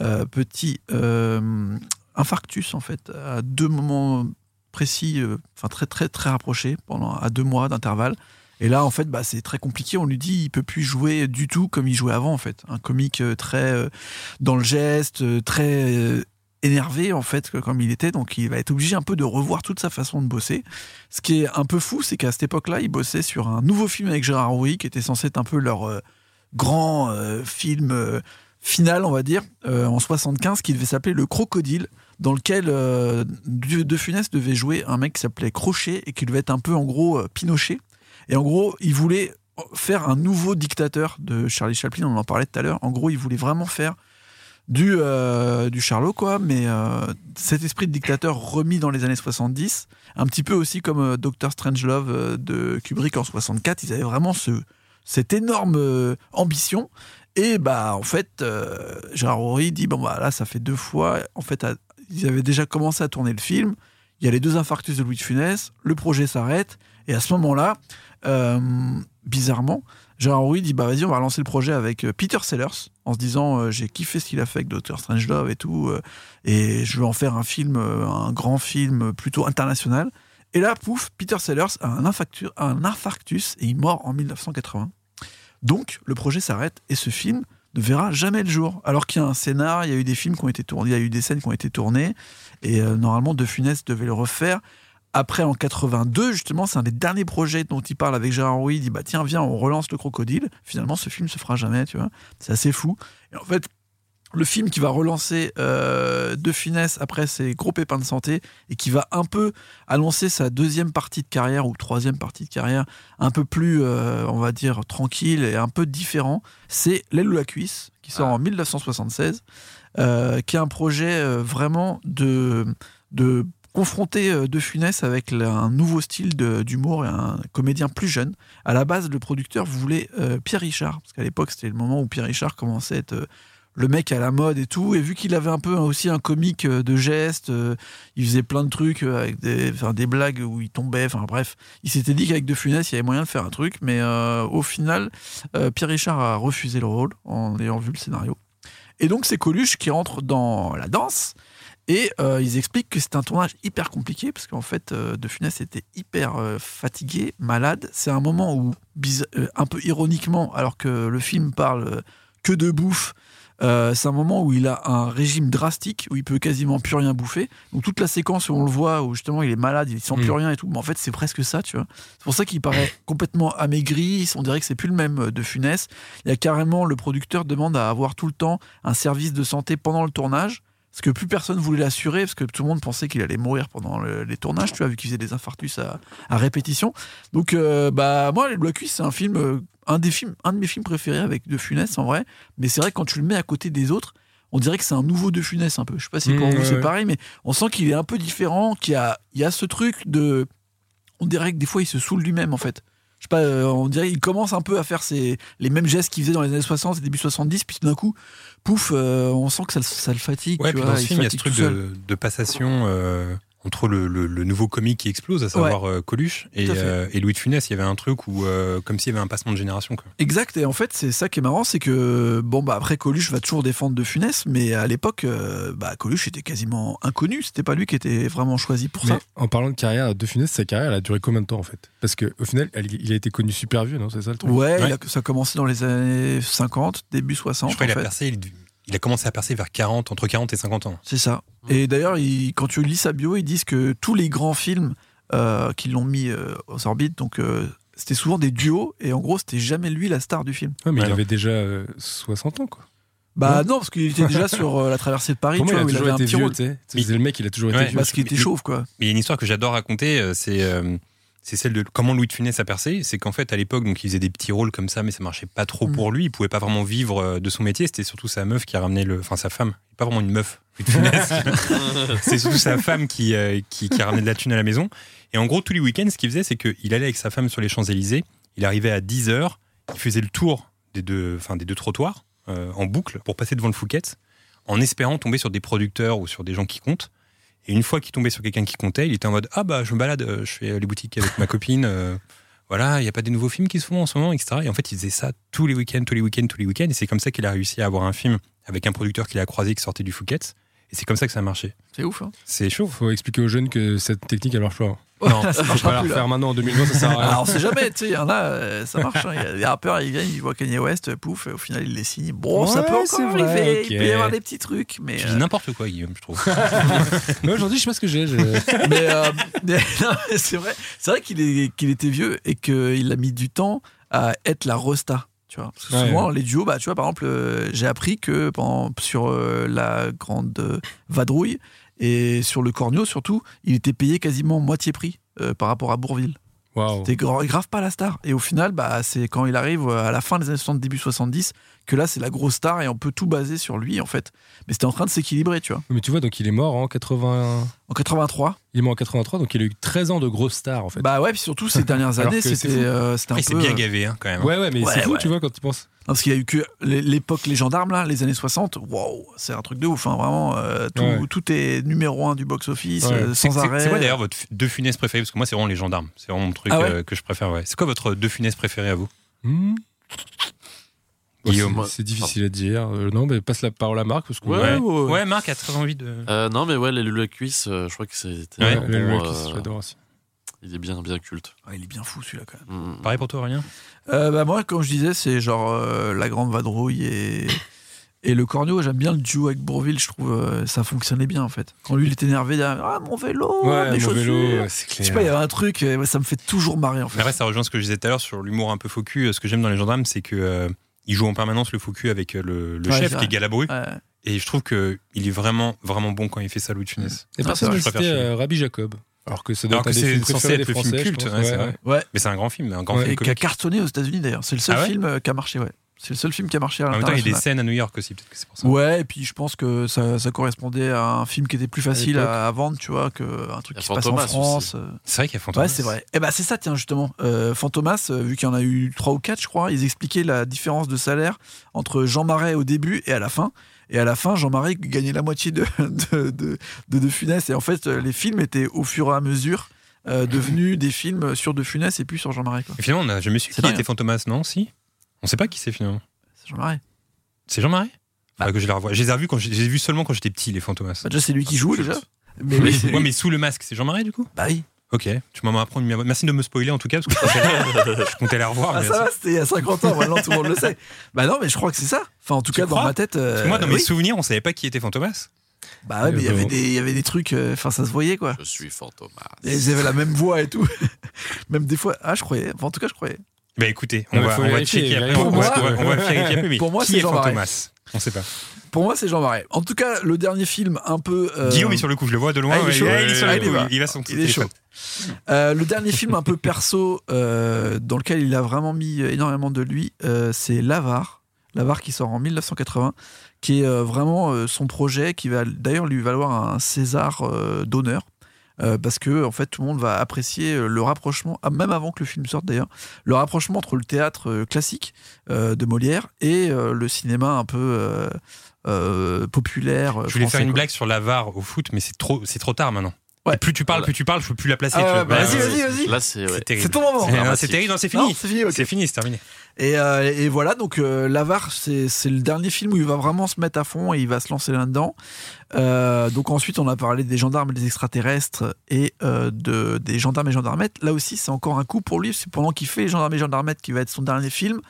E: euh, petits euh, infarctus en fait, à deux moments précis, euh, enfin très très très rapprochés, pendant, à deux mois d'intervalle. Et là, en fait, bah, c'est très compliqué. On lui dit, il peut plus jouer du tout comme il jouait avant, en fait. Un comique euh, très euh, dans le geste, euh, très euh, énervé en fait que- comme il était donc il va être obligé un peu de revoir toute sa façon de bosser ce qui est un peu fou c'est qu'à cette époque-là il bossait sur un nouveau film avec Gérard Rouy qui était censé être un peu leur euh, grand euh, film euh, final on va dire euh, en 75 qui devait s'appeler Le Crocodile dans lequel euh, De De Funès devait jouer un mec qui s'appelait Crochet et qui devait être un peu en gros euh, Pinochet et en gros il voulait faire un nouveau dictateur de Charlie Chaplin on en parlait tout à l'heure en gros il voulait vraiment faire du, euh, du Charlot, quoi, mais euh, cet esprit de dictateur remis dans les années 70, un petit peu aussi comme euh, Doctor Strangelove euh, de Kubrick en 64, ils avaient vraiment ce, cette énorme euh, ambition. Et bah, en fait, euh, Gérard Rory dit bon, bah là, ça fait deux fois. En fait, à- ils avaient déjà commencé à tourner le film. Il y a les deux infarctus de Louis de Funès, le projet s'arrête, et à ce moment-là, euh, bizarrement, Gérard Rouy dit bah vas-y on va lancer le projet avec euh, Peter Sellers en se disant euh, j'ai kiffé ce qu'il a fait avec Doctor Strangelove et tout euh, et je veux en faire un film euh, un grand film euh, plutôt international et là pouf Peter Sellers a un, infactu- un infarctus et il mort en 1980 donc le projet s'arrête et ce film ne verra jamais le jour alors qu'il y a un scénar il y a eu des films qui ont été tournés il y a eu des scènes qui ont été tournées et euh, normalement De Funès devait le refaire après, en 82, justement, c'est un des derniers projets dont il parle avec Gérard Rouy. Il dit bah tiens, viens, on relance le crocodile. Finalement, ce film se fera jamais, tu vois. C'est assez fou. Et en fait, le film qui va relancer euh, De Funès après ses gros pépins de santé et qui va un peu annoncer sa deuxième partie de carrière ou troisième partie de carrière un peu plus, euh, on va dire, tranquille et un peu différent, c'est L'aile ou la cuisse, qui sort en 1976, euh, qui est un projet euh, vraiment de, de confronter euh, De Funès avec la- un nouveau style de- d'humour et un comédien plus jeune. À la base, le producteur voulait euh, Pierre Richard, parce qu'à l'époque, c'était le moment où Pierre Richard commençait à être euh, le mec à la mode et tout. Et vu qu'il avait un peu hein, aussi un comique euh, de gestes, euh, il faisait plein de trucs euh, avec des, enfin, des blagues où il tombait, enfin bref. Il s'était dit qu'avec De Funès, il y avait moyen de faire un truc, mais euh, au final, euh, Pierre Richard a refusé le rôle en ayant vu le scénario. Et donc, c'est Coluche qui rentre dans la danse. Et euh, ils expliquent que c'est un tournage hyper compliqué parce qu'en fait, euh, De Funès était hyper euh, fatigué, malade. C'est un moment où, bisa- euh, un peu ironiquement, alors que le film parle euh, que de bouffe. Euh, c'est un moment où il a un régime drastique, où il peut quasiment plus rien bouffer. Donc toute la séquence où on le voit, où justement il est malade, il sent plus
C: Mm.
E: rien et tout, mais en fait c'est presque ça, tu vois. C'est pour ça qu'il paraît complètement amaigri, on dirait que c'est plus le même euh, de Funès. Il y a carrément, le producteur demande à avoir tout le temps un service de santé pendant le tournage, parce que plus personne voulait l'assurer, parce que tout le monde pensait qu'il allait mourir pendant le- les tournages, tu vois, vu qu'il faisait des infarctus à, à répétition. Donc euh, bah moi, Les Blois Cuisses, c'est un film... euh, un des films, un de mes films préférés avec De Funès en vrai, mais c'est vrai que quand tu le mets à côté des autres, on dirait que c'est un nouveau De Funès un peu. Je sais pas si pour
C: Mmh,
E: vous
C: ouais,
E: c'est
C: ouais.
E: pareil, mais on sent qu'il est un peu différent, qu'il y a, il y a ce truc de, on dirait que des fois il se saoule lui-même en fait. Je sais pas, euh, on dirait il commence un peu à faire ses, les mêmes gestes qu'il faisait dans les années 60 et début 70, puis tout d'un coup, pouf, euh, on sent que ça, le- ça le fatigue.
B: Ouais,
E: tu
B: puis
E: vois,
B: dans ce film, il y a ce
E: fatigue
B: truc
E: tout seul.
B: de, de passation euh, entre le, le- le nouveau comique qui explose, à savoir euh, Coluche, et,
E: Tout à fait.
B: euh, et Louis de Funès. Il y avait un truc où, euh, comme s'il y avait un passement de génération. Quoi.
E: Exact, et en fait, c'est ça qui est marrant, c'est que, bon, bah après, Coluche va toujours défendre De Funès, mais à l'époque, euh, bah, Coluche était quasiment inconnu, c'était pas lui qui était vraiment choisi pour
C: Mais
E: ça.
C: en parlant de carrière, De Funès, sa carrière, elle a duré combien de temps en fait Parce qu'au final, elle- il a été connu super vieux, non C'est ça le truc
E: Ouais, il a- ça a commencé dans les années 50, début 60.
B: Je crois
E: en
B: qu'il a
E: fait.
B: percé, il, il a commencé à percer vers 40, entre 40 et 50 ans.
E: C'est ça. Et d'ailleurs, il- quand tu lis sa bio, ils disent que tous les grands films euh, qui l'ont mis euh, aux orbites, donc euh, c'était souvent des duos, et en gros, c'était jamais lui la star du film.
C: Ouais, mais
E: Ouais,
C: il
E: non.
C: avait déjà euh, 60 ans, quoi.
E: Bah non, parce qu'il était déjà sur euh, la traversée de Paris,
C: Pour moi,
E: tu
C: il a
E: vois, où il
C: toujours
E: avait un
C: été
E: petit
C: vieux,
E: rôle.
C: tu sais. C'est le mec, il a toujours été
B: Ouais.
C: vieux.
E: Parce qu'il était
B: Mais-
E: chauve, quoi.
B: Mais il y a une histoire que j'adore raconter, euh, c'est euh, c'est celle de comment Louis de Funès a percé. C'est qu'en fait, à l'époque, donc il faisait des petits rôles comme ça, mais ça marchait pas trop pour lui. Il pouvait pas vraiment vivre euh, de son métier. C'était surtout sa meuf qui a ramené le. Enfin, sa femme. Pas vraiment une meuf, Louis de Funès. c'est surtout sa femme qui, euh, qui, qui a ramené de la thune à la maison. Et en gros, tous les week-ends, ce qu'il faisait, c'est qu'il allait avec sa femme sur les Champs-Élysées. Il arrivait à 10h. Il faisait le tour des deux, enfin, des deux trottoirs euh, en boucle pour passer devant le Fouquet's en espérant tomber sur des producteurs ou sur des gens qui comptent. Et une fois qu'il tombait sur quelqu'un qui comptait, il était en mode Ah bah je me balade, euh, je fais euh, les boutiques avec ma copine, euh, voilà, il n'y a pas des nouveaux films qui se font en ce moment, etc. Et en fait, il faisait ça tous les week-ends, tous les week-ends, tous les week-ends. Et c'est comme ça qu'il a réussi à avoir un film avec un producteur qu'il a croisé qui sortait du Fouquet's. Et c'est comme ça que ça a marché.
E: C'est ouf, hein.
B: C'est chaud.
C: Faut expliquer aux jeunes que cette technique, elle marche pas. hein.
B: Non,
C: ça marche pas.
E: Oh, plus, là.
C: faire maintenant en 2020, ça sert à rien.
E: Ah Alors, on sait jamais, tu sais, il y en a, euh, ça marche. hein. Il y a des rappeurs, ils viennent, ils voient Kanye West, euh, pouf, et au final, ils les signent. Bon, ça
C: Ouais,
E: peut
C: c'est
E: encore
C: vrai,
E: arriver, il
C: ok.
E: peut y avoir des petits trucs, mais.
B: Tu
E: euh,
B: dis n'importe quoi, Guillaume, je trouve.
C: Mais aujourd'hui, je sais pas ce que j'ai. j'ai-
E: mais, euh, mais- non, mais c'est vrai, c'est vrai qu'il est- qu'il était vieux et qu'il a mis du temps à être la resta. Tu vois, parce que
C: Ouais,
E: souvent les duos, bah, tu vois, par exemple, euh, j'ai appris que pendant, sur euh, la grande euh, vadrouille et sur le corneau surtout, il était payé quasiment moitié prix euh, par rapport à Bourville.
C: Waouh.
E: C'était gra- grave pas la star. Et au final, bah, c'est quand il arrive euh, à la fin des années 60, début 70, que là, c'est la grosse star et on peut tout baser sur lui, en fait. Mais c'était en train de s'équilibrer, tu vois.
C: Mais tu vois, donc il est mort en 80.
E: En 83,
C: Il est mort en 83, donc il a eu 13 ans de grosse star en fait.
E: bah ouais, puis surtout ces dernières
C: Alors
E: années,
C: que c'est
E: c'était
C: fou.
E: euh, c'était un
B: Après,
E: peu.
B: il s'est bien
E: euh,
B: gavé hein, quand même.
C: Ouais, ouais, mais
E: Ouais,
C: c'est fou,
E: ouais.
C: tu vois, quand tu penses.
E: Non, Parce qu'il y a eu que l'é- l'époque légendarme, là, les années 60, waouh, c'est un truc de ouf, hein, vraiment. euh, tout,
C: Ouais.
E: tout est numéro un du box-office,
C: Ouais.
E: euh,
B: C'est
E: sans
B: c'est-
E: arrêt.
B: c'est quoi d'ailleurs votre f- deux funès préférés Parce que moi, c'est vraiment les gendarmes. C'est vraiment mon truc
E: Ah ouais
B: euh, que je préfère. Ouais. C'est quoi votre deux funès préféré à vous
C: Hmm.
B: Guillaume.
C: C'est- C'est difficile à dire. Euh, non, mais passe la parole à Marc parce que.
D: Ouais,
B: ouais. Marc a très envie de.
D: Euh, non, mais ouais, les Lulu à cuisse, euh, je crois que c'était.
B: Ouais,
D: un
C: les Lulu à
D: bon,
C: cuisse,
D: euh,
C: j'adore aussi.
D: Il est bien, bien culte.
E: Ah, il est bien fou celui-là, quand même.
D: Mm.
B: Pareil pour toi, rien
E: Euh, bah, moi, comme je disais, c'est genre euh, La Grande Vadrouille et, et le Corneau. J'aime bien le duo avec Bourville, je trouve euh, ça fonctionnait bien en fait. Quand lui, il était énervé, derrière, ah mon vélo,
C: Ouais,
E: mes
C: mon
E: chaussures.
C: vélo, ouais, c'est
E: Je sais pas, il y
C: clair.
E: avait un truc, euh, ouais, ça me fait toujours marrer en fait.
B: Mais après, ça rejoint ce que je disais tout à l'heure sur l'humour un peu faux cul. Ce que j'aime dans les gendarmes, c'est que euh, ils jouent en permanence le faux cul avec euh, le, le
E: Ouais, c'est
B: chef
E: vrai.
B: qui est Galabru.
E: Ouais.
B: Et je trouve que il est vraiment, vraiment bon quand il fait ça, Louis de Funès.
C: Et
E: Ah,
C: personne
E: c'est
C: n'a
B: vrai, je
C: cité
B: préfère
C: euh, Rabbi Jacob. Alors que ça doit
B: Alors
C: être
B: que
C: un des
B: c'est
C: films
B: censé
C: préférés
B: être le
C: des
B: film
C: Français. je
B: culte.
C: pense,
B: ouais, c'est
C: ouais,
B: vrai.
C: ouais.
E: Ouais.
B: Mais c'est un grand film, un grand
C: euh, Ouais.
B: film
E: Et qui a
B: comique.
E: cartonné aux États-Unis d'ailleurs. C'est le seul
B: Ah ouais
E: film euh, qui a marché, ouais. C'est le seul film qui a marché à
B: En même temps, il y a des
E: l'international.
B: scènes à New York aussi, peut-être que c'est pour ça.
E: Ouais, et puis je pense que ça, ça correspondait à un film qui était plus facile
C: l'époque.
E: à, à vendre, tu vois, qu'un truc
D: Il y a
E: qui se passe en
D: Fantomas aussi.
E: France. euh.
B: C'est vrai qu'il y a Fantomas.
E: Ouais, c'est vrai. Et bah c'est ça, tiens, justement. Euh, Fantomas, euh, vu qu'il y en a eu 3 ou 4, je crois, ils expliquaient la différence de salaire entre Jean Marais au début et à la fin. Et à la fin, Jean Marais gagnait la moitié de de, de, de De Funès. Et en fait, euh, les films étaient au fur et à mesure euh, devenus des films sur De Funès et puis sur Jean Marais. quoi.
B: Et finalement, on a jamais su
E: C'est hein.
B: qui
E: dingue.
B: était Fantomas, non Si On sait pas qui c'est finalement.
E: C'est Jean Marais.
B: C'est Jean Marais Faudrait que je les revoie. Je les ai vus quand j'ai- je les ai vus seulement quand j'étais petit, les Fantomas.
E: Bah, déjà, c'est lui qui joue, déjà. Mais
B: Oui,
E: oui, c'est
B: ouais,
E: lui.
B: mais sous le masque, c'est Jean Marais du coup
E: Bah oui.
B: Ok, tu m'en apprends une meilleure- Merci de me spoiler en tout cas, parce que je comptais, je comptais la revoir.
E: Ah,
B: mais-
E: ça va, c'était il y a 50 ans, maintenant tout le monde le sait. Bah non, mais je crois que c'est ça. Enfin, en tout
B: Tu
E: cas, dans
B: crois
E: ma tête. euh,
B: Parce que moi, dans mes
E: oui.
B: souvenirs, on savait pas qui était Fantomas.
E: Bah ouais, mais il y avait des, il y avait des trucs, euh, enfin, ça se voyait quoi.
D: Je suis fantôme.
E: Et Ils avaient la même voix et tout. Même des fois, ah, je croyais. Enfin, en tout cas, je croyais.
B: Bah écoutez,
C: Non,
B: on
C: mais
B: va
C: faut
B: on va
C: vérifier,
B: checker après.
C: vérifier.
B: On
E: Pour
B: va
E: moi-
B: on va vérifier après. mais
E: Pour moi,
B: Qui
E: c'est
B: est
E: Jean Marais.
B: Fantomas On sait pas.
E: Pour moi, c'est Jean Marais. En tout cas, le dernier film, un peu. euh,
B: Guillaume est sur le coup, je le vois de loin.
E: ah, il est
B: ouais,
E: chaud,
B: ouais, il est sur
E: ah,
B: le
E: il est
B: coup,
E: bas.
B: il- il a son
E: Il est
B: téléphone.
E: Euh, le dernier film un peu perso euh, dans lequel il a vraiment mis énormément de lui, euh, c'est L'Avare. L'Avare qui sort en 1980, qui est euh, vraiment euh, son projet, qui va d'ailleurs lui valoir un César euh, d'honneur. euh, parce que en fait tout le monde va apprécier euh, le rapprochement, ah, même avant que le film sorte d'ailleurs, le rapprochement entre le théâtre euh, classique euh, de Molière et euh, le cinéma un peu euh, euh, populaire. euh,
B: Je voulais
E: français,
B: faire une
E: quoi.
B: blague sur la VAR au foot, mais c'est trop, c'est trop tard maintenant.
E: Ouais.
B: Et plus tu parles, plus tu parles, je peux plus la placer.
E: Ah
B: tu
E: ouais,
B: vois.
E: bah,
B: Ouais,
E: vas-y,
B: ouais,
E: vas-y, vas-y.
D: Euh, Là, c'est. ouais.
B: C'est terrible.
E: C'est ton moment.
B: C'est-
D: Ah,
B: non,
D: bah,
B: C'est
D: si.
B: terrible, non, c'est
E: Non,
B: fini.
E: c'est fini, ok.
B: C'est fini, c'est terminé.
E: Et, euh, et voilà, donc euh, l'avare, c'est c'est le dernier film où il va vraiment se mettre à fond et il va se lancer là-dedans. Euh, donc ensuite, on a parlé des gendarmes et des extraterrestres et euh, de, des gendarmes et gendarmettes. Là aussi, c'est encore un coup pour lui. C'est pendant qu'il fait les gendarmes et gendarmettes qui va être son dernier film.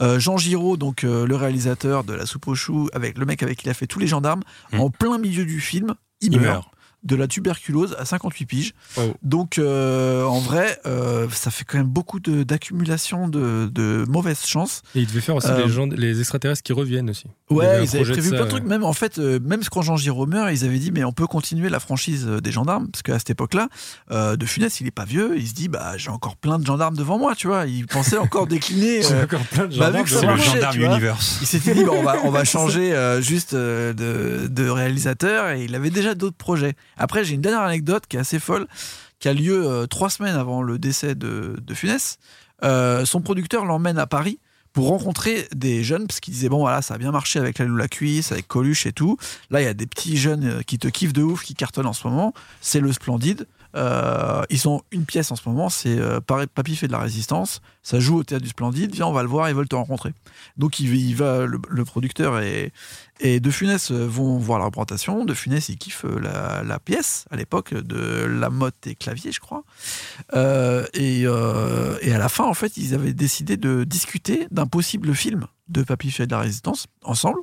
E: Euh, Jean Giraud, donc euh, le réalisateur de La soupe aux choux, avec le mec avec qui il a fait tous les gendarmes,
B: Mhm.
E: en plein milieu du film, Mm. il,
B: Il
E: meurt
B: meurt.
E: de la tuberculose à 58 piges.
C: Oh.
E: Donc, euh, en vrai, euh, ça fait quand même beaucoup de- d'accumulation de, de mauvaises chances.
C: Et il devait faire aussi
E: Euh,
C: les, gens, les extraterrestres qui reviennent aussi. Il y
E: Ouais,
C: un
E: ils avaient
C: projet de
E: prévu
C: ça,
E: plein de trucs. Même en fait, euh, même quand Jean Giraud meurt, ils avaient dit mais on peut continuer la franchise euh, des gendarmes parce qu'à cette époque-là, euh, de Funès, il est pas vieux, il se dit bah j'ai encore plein de gendarmes devant moi, tu vois. Il pensait encore décliner.
C: J'ai
E: euh,
C: encore plein de
E: bah,
C: gendarmes
E: vu que
C: de-
E: ça
B: C'est le
E: marchait,
B: gendarme
E: tu vois.
B: universe.
E: il s'était dit bah, on va on va changer euh, juste euh, de, de réalisateur et il avait déjà d'autres projets. Après j'ai une dernière anecdote qui est assez folle qui a lieu euh, trois semaines avant le décès de, de Funès. Euh, son producteur l'emmène à Paris pour rencontrer des jeunes parce qu'il disait bon voilà ça a bien marché avec la Loula cuisse avec Coluche et tout. Là il y a des petits jeunes euh, qui te kiffent de ouf qui cartonnent en ce moment. C'est le splendide. Euh, ils ont une pièce en ce moment, c'est euh, Paris- Papy fait de la résistance, ça joue au théâtre du Splendide, viens on va le voir, ils veulent te rencontrer. Donc il, il va, le, le producteur et, et De Funès euh, vont voir la représentation. De Funès, il kiffe euh, la, la pièce à l'époque de La Motte et Clavier, je crois. Euh, et, euh, et à la fin, en fait, ils avaient décidé de discuter d'un possible film de Papy fait de la résistance ensemble.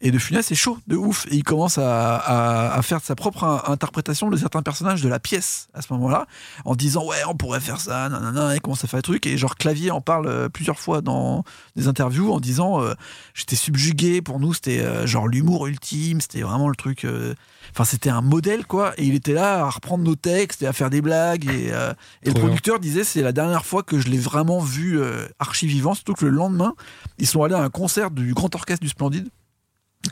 E: Et De Funès est chaud, de ouf. Et il commence à, à- à faire sa propre in- interprétation de certains personnages de la pièce à ce moment-là, en disant Ouais, on pourrait faire ça, nanana, et commence à faire des trucs. Et genre, Clavier en parle euh, plusieurs fois dans des interviews en disant euh, J'étais subjugué, pour nous, c'était euh, genre l'humour ultime, c'était vraiment le truc. euh, Enfin, c'était un modèle, quoi. Et il était là à reprendre nos textes et à faire des blagues. Et, euh, et le
C: Trop bien.
E: producteur disait C'est la dernière fois que je l'ai vraiment vu euh, archi vivant, surtout que le lendemain, ils sont allés à un concert du Grand Orchestre du Splendide.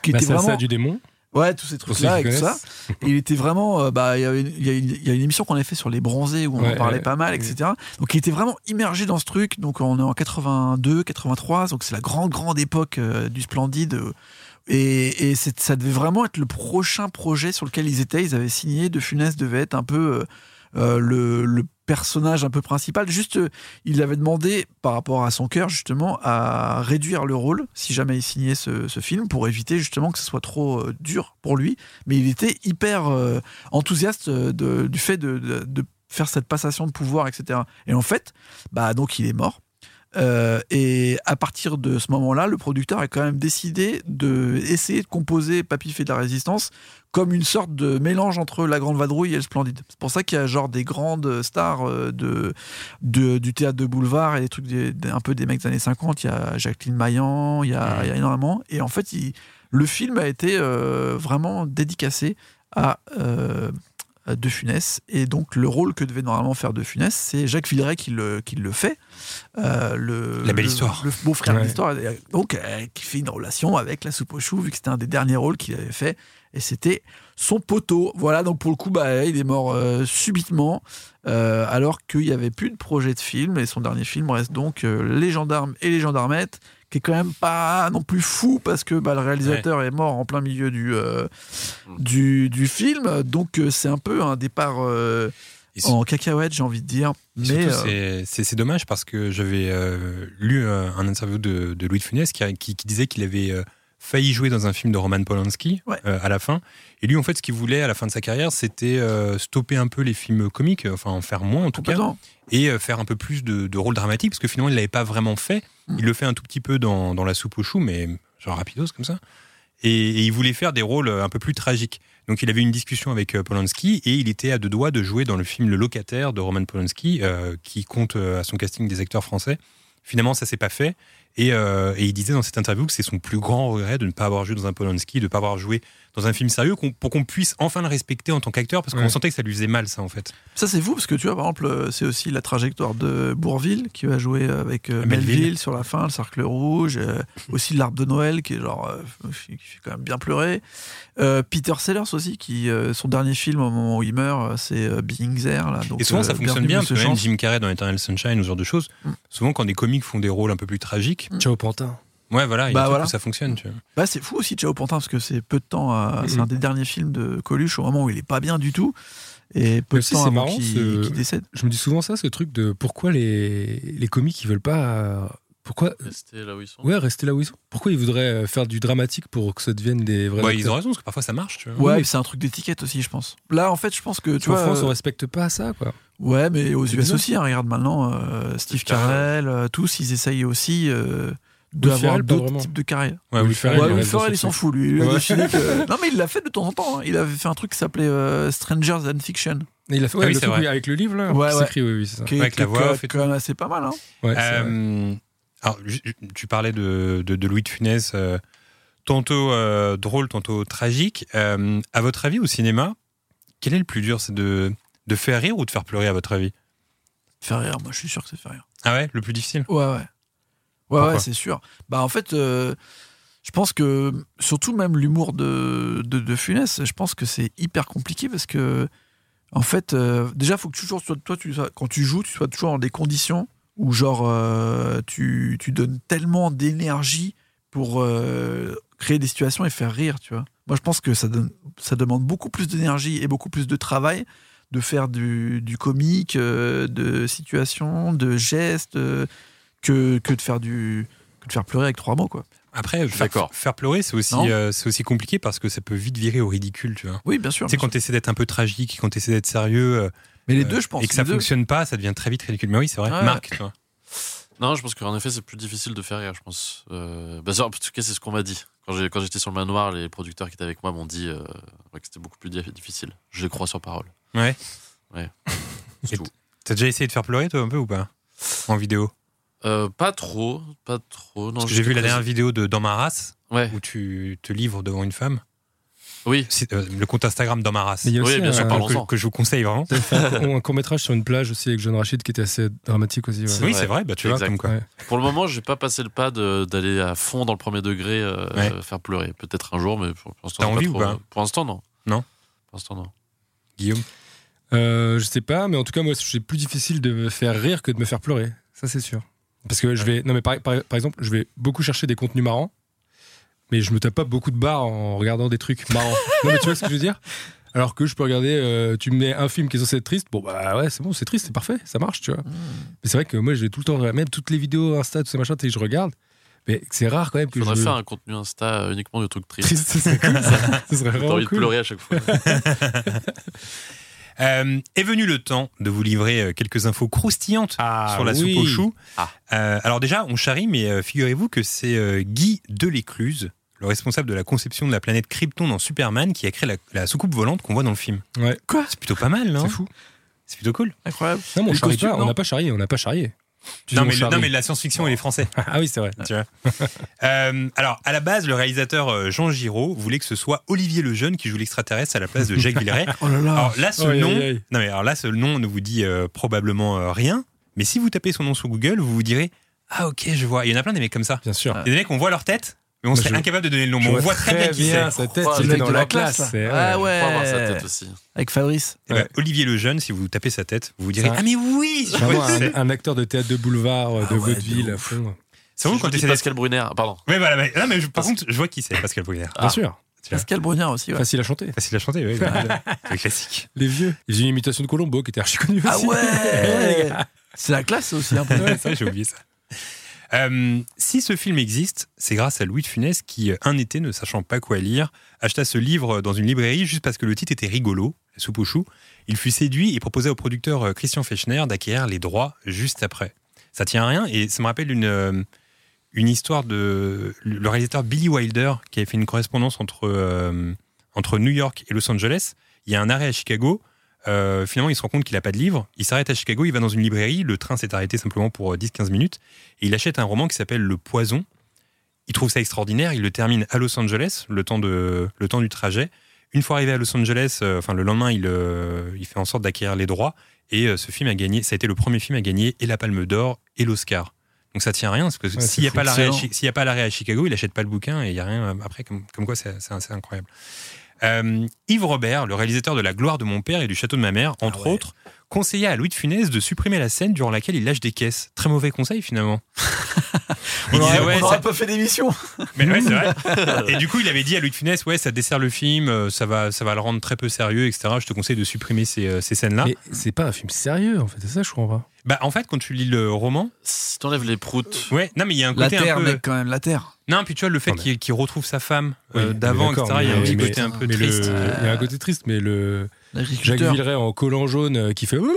E: Qui
C: Bah,
E: était
C: c'est la
E: vraiment
C: salle du démon.
E: Ouais, tous ces
C: Pour ceux
E: trucs-là
C: qui
E: et tout ça.
C: connaissent.
E: Et il était vraiment. euh, bah, il y, a une- il y a une- il y a une émission qu'on a fait sur les bronzés où on
C: Ouais,
E: en parlait
C: ouais,
E: pas mal, etc. Donc il était vraiment immergé dans ce truc. Donc on est en 82, 83. Donc c'est la grande, grande époque euh, du Splendide. euh, Et, et c'est- ça devait vraiment être le prochain projet sur lequel ils étaient. Ils avaient signé. De Funès devait être un peu. euh, euh, le, le personnage un peu principal. Juste, euh, il avait demandé, par rapport à son cœur, justement, à réduire le rôle, si jamais il signait ce, ce film, pour éviter justement que ce soit trop euh, dur pour lui. Mais il était hyper euh, enthousiaste euh, de- du fait de, de- de faire cette passation de pouvoir, etc. Et en fait, bah donc il est mort. Euh, et à partir de ce moment-là, le producteur a quand même décidé de essayer de composer Papy fait de la résistance comme une sorte de mélange entre la grande vadrouille et le splendide. C'est pour ça qu'il y a genre des grandes stars euh, de, de- du théâtre de boulevard et des trucs des- des- un peu des mecs des années 50. Il y a Jacqueline Maillan, il y a, il y a énormément. Et en fait, il- le film a été euh, vraiment dédicacé à euh, à De Funès. Et donc, le rôle que devait normalement faire De Funès, c'est Jacques Villeray qui le, qui le fait. Euh, le,
B: La belle
E: le-
B: histoire.
E: Le beau-frère
C: Ouais.
E: de l'histoire. Et Donc, euh, qui fait une relation avec la soupe aux choux, vu que c'était un des derniers rôles qu'il avait fait. Et c'était son poteau. Voilà, donc pour le coup, bah, il est mort euh, subitement, euh, alors qu'il n'y avait plus de projet de film. Et son dernier film reste donc euh, Les gendarmes et les gendarmettes, qui est quand même pas non plus fou, parce que bah, le réalisateur est mort en plein milieu du, euh,
B: Mm.
E: du, du film. Donc euh, c'est un peu un départ euh,
B: Et sur-
E: en cacahuète, j'ai envie de dire.
B: Et
E: Mais
B: surtout,
E: euh,
B: c'est- c'est c'est dommage parce que j'avais euh, lu euh, un interview de, de Louis de Funès qui, a- qui- qui disait qu'il avait euh, failli jouer dans un film de Roman Polanski euh, à la fin. Et lui, en fait, ce qu'il voulait à la fin de sa carrière, c'était euh, stopper un peu les films comiques, enfin en faire moins en tout cas,
E: Complètement.
B: et euh, faire un peu plus de, de rôles dramatiques, parce que finalement, il l'avait pas vraiment fait. Il le fait un tout petit peu dans, dans La soupe aux choux, mais genre rapidos comme ça. Et, et il voulait faire des rôles euh, un peu plus tragiques. Donc il avait une discussion avec euh, Polanski et il était à deux doigts de jouer dans le film Le Locataire de Roman Polanski, euh, qui compte euh, à son casting des acteurs français. Finalement, ça s'est pas fait. Et, euh, et il disait dans cette interview que c'est son plus grand regret de ne pas avoir joué dans un Polanski, de ne pas avoir joué dans un film sérieux, qu'on- pour qu'on puisse enfin le respecter en tant qu'acteur, parce qu'on
E: Ouais.
B: sentait que ça lui faisait mal, ça en fait.
E: Ça, c'est fou, parce que tu vois, par exemple, euh, c'est aussi la trajectoire de Bourville, qui va jouer avec euh,
B: Melville.
E: Melville. sur la fin, le cercle rouge, euh, aussi l'arbre de Noël, qui est genre, euh, qui fait quand même bien pleurer. Euh, Peter Sellers aussi, qui, euh, son dernier film au moment où il meurt, euh, c'est euh, Being There. Là, donc,
B: et souvent,
E: euh,
B: ça fonctionne
E: bienvenue,
B: bien, parce
E: Monsieur
B: que même
E: Chance.
B: Jim Carrey dans Eternal Sunshine ou ce genre de choses,
E: Mm.
B: souvent quand des comiques font des rôles un peu plus tragiques.
C: Ciao Pantin.
B: Ouais, voilà, il y a
E: Bah
B: des trucs
E: voilà.
B: où ça fonctionne, tu vois.
E: Bah, c'est fou aussi, Ciao Pantin, parce que c'est peu de temps. à- C'est
C: Mhm.
E: un des derniers films de Coluche, au moment où il est pas bien du tout. Et peu
C: Même
E: de
C: si
E: temps
C: c'est
E: avant
C: marrant,
E: qu'il
C: ce-
E: qu'il décède.
C: Je me dis souvent ça, ce truc de pourquoi les, les comiques ils veulent pas. euh, Pourquoi
D: Rester là où ils sont.
C: Ouais, rester là où ils sont. Pourquoi ils voudraient euh, faire du dramatique pour que ça devienne des vrais.
B: Ouais,
C: acteurs
B: Bah, ils ont raison, parce que parfois ça marche, tu vois.
E: Ouais,
C: Oui.
E: et c'est un truc d'étiquette aussi, je pense. Là, en fait, je pense que tu
C: en
E: vois.
C: France,
E: euh,
C: on respecte pas ça, quoi.
E: Ouais, mais aux
C: C'est
E: US
C: bizarre.
E: aussi, hein, regarde maintenant, euh, Steve
B: Carell.
E: Carell, euh, tous, ils essayent aussi euh,
C: Will
E: d'avoir
C: Ferrell, pas
E: d'autres
C: vraiment.
E: types de carrières.
B: Ouais, Will Ferrell,
C: il
E: Ouais, Will
C: reste dans
E: Ferrell,
C: son
E: il s'en
C: truc.
E: fout, lui. Il a
C: Ouais.
E: décidé que- Non, mais il l'a fait de temps en temps. hein. Il avait fait un truc qui s'appelait euh, Strangers Than Fiction,
C: Et Il a fait
B: Ah
C: ouais,
B: oui,
C: le
B: c'est
C: truc
B: vrai.
C: avec le livre, là.
E: Ouais,
C: qui
E: ouais.
C: s'écrit, oui, oui, c'est ça.
E: qui est
B: Avec la
E: qui-
B: voix
E: qui-
B: off et
E: quand même assez pas mal. hein.
C: Ouais, c'est vrai.
B: Euh, alors, ju- ju- tu parlais de, de- de Louis de Funès, euh, tantôt euh, drôle, tantôt tragique. Euh, à votre avis, au cinéma, quel est le plus dur C'est de, de faire rire ou de faire pleurer, à votre avis
E: Faire rire, moi, je suis sûr que c'est faire rire.
B: Ah ouais, le plus difficile
E: Ouais, ouais. Ouais,
B: Pourquoi
E: ouais, c'est sûr. Bah, en fait, euh, je pense que, surtout même l'humour de, de, de Funès, je pense que c'est hyper compliqué parce que, en fait, euh, déjà, faut que toujours, toi, toi tu, sois- quand tu joues, tu sois toujours dans des conditions où, genre, euh, tu, tu donnes tellement d'énergie pour euh, créer des situations et faire rire, tu vois. Moi, je pense que ça, donne, ça demande beaucoup plus d'énergie et beaucoup plus de travail de faire du, du comique, euh, de situations, de gestes, euh, que, que de faire du que de faire pleurer avec trois mots quoi.
B: Après, faire,
D: d'accord.
B: faire pleurer, c'est aussi,
E: Non.
B: euh, c'est aussi compliqué parce que ça peut vite virer au ridicule, tu vois.
E: Oui, bien sûr.
B: Tu sais, quand tu essaies d'être un peu tragique, et quand tu essaies d'être sérieux, euh,
E: Mais les
B: euh,
E: deux, je pense.
B: et que ça
E: les deux.
B: fonctionne pas, ça devient très vite ridicule. Mais oui, c'est vrai.
E: Ouais.
B: Marc, tu vois.
D: Non, je pense qu'en effet, c'est plus difficile de faire rire, je pense. Euh, bah, ça, en tout cas, c'est ce qu'on m'a dit. Quand j'ai- quand j'étais sur le manoir, les producteurs qui étaient avec moi m'ont dit euh, ouais, que c'était beaucoup plus di- difficile. Je les crois sur parole.
B: Ouais.
D: Ouais.
B: Et
D: C'est tout.
B: T'as déjà essayé de faire pleurer, toi, un peu ou pas En vidéo
D: Euh, pas trop, pas trop. Non,
B: Parce que j'ai vu la
D: j'étais
B: dernière vidéo de Dans ma race,
D: très- Ouais.
B: où tu te livres devant une femme.
D: Oui.
B: C'est, euh, le compte Instagram Dans ma race.
C: Mais il y a
D: Oui,
C: aussi
D: bien sûr,
C: un,
D: pardon.
B: que, que je vous conseille vraiment.
C: t'avais fait un, court métrage sur une plage aussi avec John Rachid qui était assez dramatique aussi. ouais.
D: C'est
B: Oui,
D: vrai.
B: c'est vrai, bah, tu vois,
D: Exact.
B: comme quoi.
C: Ouais.
D: Pour le moment, j'ai pas passé le pas de- d'aller à fond dans le premier degré, euh,
B: Ouais.
D: faire pleurer. Peut-être un jour, mais pour, pour l'instant,
B: T'as
D: j'ai pas
B: envie ou
D: trop-
B: pas
D: Pour l'instant, non.
B: Non.
D: Pour l'instant, non.
B: Guillaume.
C: Euh, je sais pas, mais en tout cas, moi, c'est plus difficile de me faire rire que de me faire pleurer. Ça, c'est sûr. Parce que je vais. Non, mais par, par- par exemple, je vais beaucoup chercher des contenus marrants, mais je me tape pas beaucoup de barres en regardant des trucs marrants. non, mais tu vois ce que je veux dire Alors que je peux regarder. euh, tu me mets un film qui est censé être triste, bon, bah ouais, c'est bon, c'est triste, c'est parfait, ça marche, tu
E: Mm.
C: vois. Mais c'est vrai que moi, je vais tout le temps. Même toutes les vidéos Insta, tout ça, machin, tu sais, que je regarde. Mais c'est rare quand même que
D: Il faudrait
C: je.
D: faire un contenu Insta euh, uniquement de trucs tristes.
C: Triste, ce serait cool, ça. Ce serait
D: T'as
C: vraiment
D: envie de
C: cool.
D: pleurer à chaque fois.
B: Euh, est venu le temps de vous livrer euh, quelques infos croustillantes
C: Ah,
B: sur la
C: oui.
B: soupe aux choux.
D: Ah.
B: Euh, alors déjà, on charrie, mais euh, figurez-vous que c'est euh, Guy Delécluse, le responsable de la conception de la planète Krypton dans Superman, qui a créé la, la soucoupe volante qu'on voit dans le film.
C: Ouais.
E: Quoi
B: C'est plutôt pas mal,
D: hein
B: non
C: C'est fou.
B: C'est plutôt cool.
E: Incroyable.
C: Non, mais on
E: Les
C: charrie
E: costumes,
C: pas, on
E: non
C: n'a pas charrié, on n'a pas charrié. Tu
B: Non
C: dis, on
B: mais, le- non,
C: charrie.
B: mais la science-fiction et les Français.
C: Ah oui, c'est vrai.
B: tu vois. Euh, alors, à la base, le réalisateur euh, Jean Giraud voulait que ce soit Olivier Lejeune qui joue l'extraterrestre à la place de Jacques Villeray.
E: Oh là là.
B: Alors là, ce
C: Aïe,
B: nom,
C: aïe, aïe.
B: non mais alors là, ce nom ne vous dit euh, probablement euh, rien. Mais si vous tapez son nom sur Google, vous vous direz ah ok, je vois. Il y en a plein des mecs comme ça.
C: Bien sûr.
B: Il y a des mecs on voit leur tête, mais on
C: Moi,
B: serait
C: je-
B: incapable de donner le nom. Mais on voit très bien qui c'est.
C: sa tête,
D: Oh,
C: il
D: le mec
C: était dans
E: de
C: la
E: la
C: classe.
E: classe,
C: c'est-
E: là. Ah
D: Je
E: ouais.
D: crois avoir sa tête aussi.
E: Avec Fabrice.
B: Eh ben, Olivier Lejeune, si vous tapez sa tête, vous vous direz
C: Ça-
B: ah mais oui, je
C: Vraiment
B: vois qui
C: un,
B: c'est.
C: un acteur de théâtre de boulevard, euh, de
E: Ah ouais,
C: vaudeville,
E: de
C: à
E: ouf.
C: fond.
B: C'est
D: Si
B: bon
D: je
B: quand
D: vous
B: tu
D: dis Pascal Brunner, ah, pardon.
B: Mais voilà, mais, non, mais je- par contre, je vois qui c'est, Pascal Brunner.
C: Bien sûr.
B: Tiens.
E: Pascal Brunner aussi. ouais.
C: Facile à chanter.
B: Facile à chanter, oui. voilà. C'est classique.
C: Les vieux. Ils faisaient une imitation de
B: Ah
C: Colombo qui était archi connue aussi.
E: Ah ouais.
C: Les gars.
E: C'est la classe aussi. hein, pour-
B: Ouais, ça, j'ai oublié ça. Euh, si ce film existe, c'est grâce à Louis de Funès qui, euh, un été, ne sachant pas quoi lire, acheta ce livre dans une librairie juste parce que le titre était rigolo, La soupe aux choux. Il fut séduit et proposa au producteur euh, Christian Fechner d'acquérir les droits juste après. Ça tient à rien et ça me rappelle une, euh, une histoire de le réalisateur Billy Wilder qui avait fait une correspondance entre, euh, entre New York et Los Angeles. Il y a un arrêt à Chicago. Euh, finalement, il se rend compte qu'il n'a pas de livre. Il s'arrête à Chicago, il va dans une librairie. Le train s'est arrêté simplement pour euh, 10-15 minutes. Et il achète un roman qui s'appelle Le Poison. Il trouve ça extraordinaire. Il le termine à Los Angeles, le temps, de, le temps du trajet. Une fois arrivé à Los Angeles, euh, enfin le lendemain, il, euh, il fait en sorte d'acquérir les droits. Et euh, ce film a gagné, ça a été le premier film à gagner et la Palme d'Or et l'Oscar. Donc ça tient à rien, parce que
C: Ouais,
B: s'il n'y a,
C: c'est
B: pas l'arrêt à
C: excellent.
B: Chi- s'il y a pas l'arrêt à Chicago, il n'achète pas le bouquin et il n'y a rien euh, après, comme, comme quoi c'est c'est- c'est incroyable. Euh, Yves Robert, le réalisateur de La gloire de mon père et du château de ma mère, entre autres, conseilla à Louis de Funès de supprimer la scène durant laquelle il lâche des caisses. Très mauvais conseil finalement.
E: On aurait,
B: ouais,
E: on aurait
B: ça-
E: pas fait d'émission.
B: mais ouais, c'est vrai. Et du coup, il avait dit à Louis de Funès, ouais, ça dessert le film, euh, ça va, ça va le rendre très peu sérieux, etc. Je te conseille de supprimer ces, euh, ces scènes-là.
C: Mais c'est pas un film sérieux, en fait, c'est ça, je hein. comprends pas.
B: Bah, en fait, quand tu lis le roman,
D: Si t'enlèves les proutes.
B: ouais, non, mais il y a un
E: La
B: côté
E: terre,
B: un peu.
E: mec, quand même, la terre.
B: Non, puis tu vois le fait
C: Non, mais-
B: qu'il qu'il retrouve sa femme
C: Oui,
B: euh,
C: on est
B: d'avant, etc.
C: d'accord,
B: Il y a un
C: mais-
B: petit
C: mais-
B: côté un peu
C: mais le- Ah,
B: triste.
C: Il y a un côté triste, mais le Jacques
E: L'agriculteur.
C: Villeray en collant jaune euh, qui fait.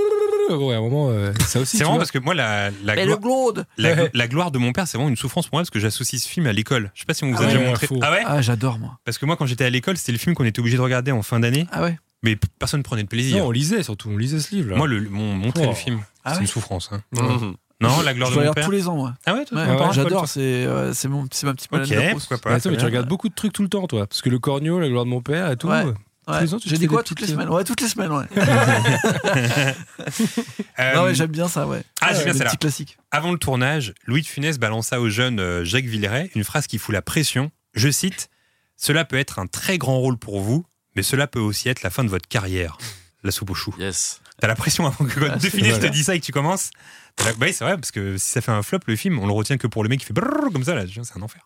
C: Ouais, à un moment, euh, ça aussi.
B: C'est
C: tu
B: vraiment
C: vois.
B: parce que moi, la, la,
E: Mais
B: glo-
E: le glaude
B: la,
C: Ouais.
B: la gloire de mon père, c'est vraiment une souffrance pour moi parce que j'associe ce film à l'école. Je sais pas si on vous
C: Ah
B: a déjà
C: ouais,
B: montré.
C: faux.
B: Ah ouais
E: Ah, j'adore, moi.
B: Parce que moi, quand j'étais à l'école, c'était le film qu'on était obligé de regarder en fin d'année,
E: Ah ouais
B: mais p- personne ne prenait de plaisir.
C: Non, on lisait surtout, on lisait ce livre.
B: Moi, le, mon, montrer
C: Oh.
B: le film,
E: Ah
B: c'est
E: ouais
B: une souffrance. hein.
D: Mhm.
B: Non, la gloire
E: Je le
B: de mon
E: regarde
B: père.
E: tous les ans, moi.
B: Ah ouais, toi,
E: Ouais,
B: tu
E: ouais,
B: parles,
E: j'adore,
B: toi,
E: c'est euh, c'est mon, c'est ma petite
B: toi.
E: palette de la
B: Ok,
E: Proust.
B: pourquoi pas.
C: mais attends, mais
B: très
C: tu
B: bien.
C: regardes beaucoup de trucs tout le temps, toi. Parce que le Cornio, la gloire de mon père et tout.
E: Ouais.
C: Tous les ans, tu te
E: J'ai dit
C: fais
E: quoi
C: des
E: toutes les
C: petites-
E: semaines Ouais, toutes les semaines, ouais.
B: Ah Euh,
E: Ah ouais, j'aime bien ça, ouais.
B: Ah, j'aime
E: Ouais,
B: bien
E: le
B: celle-là.
E: petit classique.
B: Avant le tournage, Louis de Funès balança au jeune euh, Jacques Villeray une phrase qui fout la pression. Je cite Cela peut être un très grand rôle pour vous, mais cela peut aussi être la fin de votre carrière. La soupe au chou.
D: Yes.
B: T'as la pression avant que quand
E: Ah,
B: De
E: c'est
B: Funès te
C: vrai.
B: dis ça et que tu commences. t'as la- Bah oui, c'est vrai, parce que si ça fait un flop, le film, on le retient que pour le mec qui fait brrr comme ça, là, c'est un enfer.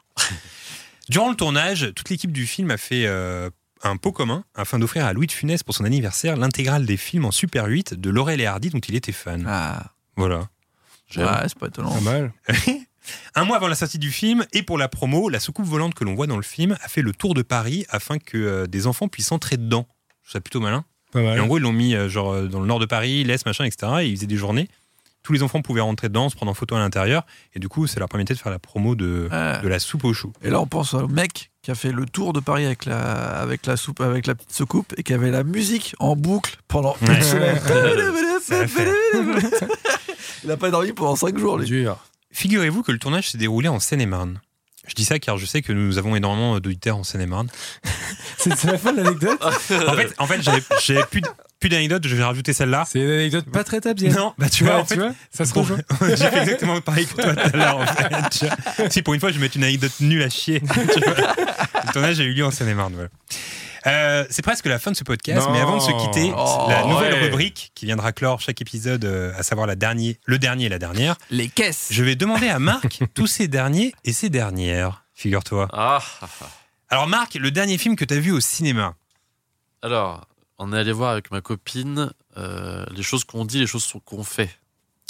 B: Durant le tournage, toute l'équipe du film a fait euh, un pot commun afin d'offrir à Louis de Funès pour son anniversaire l'intégrale des films en Super 8 de Laurel et Hardy dont il était fan.
E: Ah,
B: Voilà.
D: J'aime.
E: ouais, c'est pas étonnant.
C: Pas mal.
B: Un mois avant la sortie du film et pour la promo, la soucoupe volante que l'on voit dans le film a fait le tour de Paris afin que euh, des enfants puissent entrer dedans. Je trouve ça plutôt malin.
C: Pas
B: Et en
C: mal.
B: gros, ils l'ont mis euh, genre euh, dans le nord de Paris, l'Est, machin, etc. Et ils faisaient des journées. Tous les enfants pouvaient rentrer dedans, se prendre en photo à l'intérieur. Et du coup, ça leur permettait de faire la promo de,
E: Ouais.
B: de la soupe aux choux.
E: Et là, on pense au mec qui a fait le tour de Paris avec la, avec la soupe, avec la petite soucoupe et qui avait la musique en boucle pendant
B: Ouais.
E: une semaine.
B: Ça fait.
E: Il a pas dormi pendant 5 jours, lui.
C: Dur.
B: Figurez-vous que le tournage s'est déroulé en Seine-et-Marne. Je dis ça car je sais que nous avons énormément d'auditeurs en Seine-et-Marne.
C: C'est c'est la fin de l'anecdote.
B: En fait, en fait j'avais- j'avais plus, d- plus d'anecdotes, je vais rajouter celle-là.
C: C'est une anecdote pas très tabienne.
B: Non, bah tu vois,
C: Ah. Ouais,
B: en fait,
C: ça se
B: Pour-
C: rejoint.
B: J'ai fait exactement pareil que toi tout à l'heure, en fait. tu vois. Si pour une fois, je vais mettre une anecdote nulle à chier. tu vois. Le tournage a eu lieu en Seine-et-Marne. voilà. Euh, c'est presque la fin de ce podcast,
C: Non.
B: mais avant de se quitter,
E: Oh,
B: la nouvelle
C: ouais.
B: rubrique qui viendra clore chaque épisode, euh, à savoir la dernier, le dernier et la dernière,
E: Les caisses.
B: je vais demander à Marc tous ses derniers et ses dernières, figure-toi.
D: Ah. ah, ah.
B: Alors Marc, le dernier film que tu as vu au cinéma,
D: Alors, on est allé voir avec ma copine euh, les choses qu'on dit, les choses qu'on fait.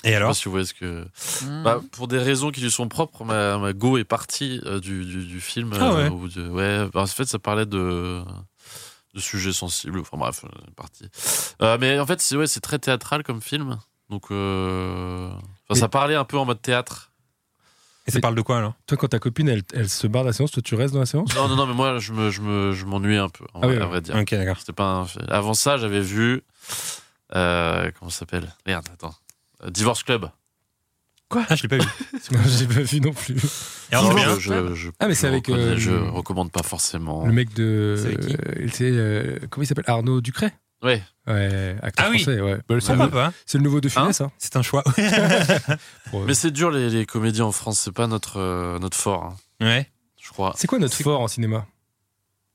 B: et
D: Je sais pas
B: alors
D: si vous voyez ce que.
E: Hmm.
D: Bah, pour des raisons qui lui sont propres, ma, ma go est partie euh, du, du- du film.
B: Ah ouais.
D: ou de- ouais, bah, en fait, ça parlait de, de sujets sensibles. Enfin bref, on est parti. Euh, mais en fait, c'est ouais, c'est très théâtral comme film. Donc, euh, enfin, ça parlait un peu en mode théâtre.
B: Et ça
C: Mais-
B: parle de quoi alors
C: Toi, quand ta copine, elle, elle se barre de la séance, toi, tu restes dans la séance
D: Non, non, non, mais moi, je me, je me, je m'ennuyais un peu, en
C: Ah oui,
D: vrai- à
C: oui.
D: vrai dire.
B: Ok, d'accord.
D: C'était pas un fait. Avant ça, j'avais vu. Euh, comment ça s'appelle Merde, attends. Euh, Divorce Club.
B: Ah, je l'ai pas vu.
C: Non, J'ai pas vu non plus.
B: Et alors, bien.
D: je, je- je-
C: Ah, mais c'est
D: je
C: avec,
D: reconnais-
C: euh,
D: je
C: le-
D: recommande pas forcément.
C: Le mec
B: C'est
C: de.
B: avec qui
C: euh, il était, euh, comment il s'appelle Arnaud Ducret
D: Ouais.
C: Ouais, acteur
B: Ah oui.
C: français, ouais. Bah, c'est,
B: Pourquoi
C: le,
B: pas
C: c'est le nouveau de Funès, hein,
B: C'est un choix.
C: pour- euh,
D: Mais c'est dur, les, les comédies en France, c'est pas notre, euh, notre fort, hein,
B: ouais.
D: je crois. Ah,
C: C'est quoi notre
B: C'est-
C: fort en cinéma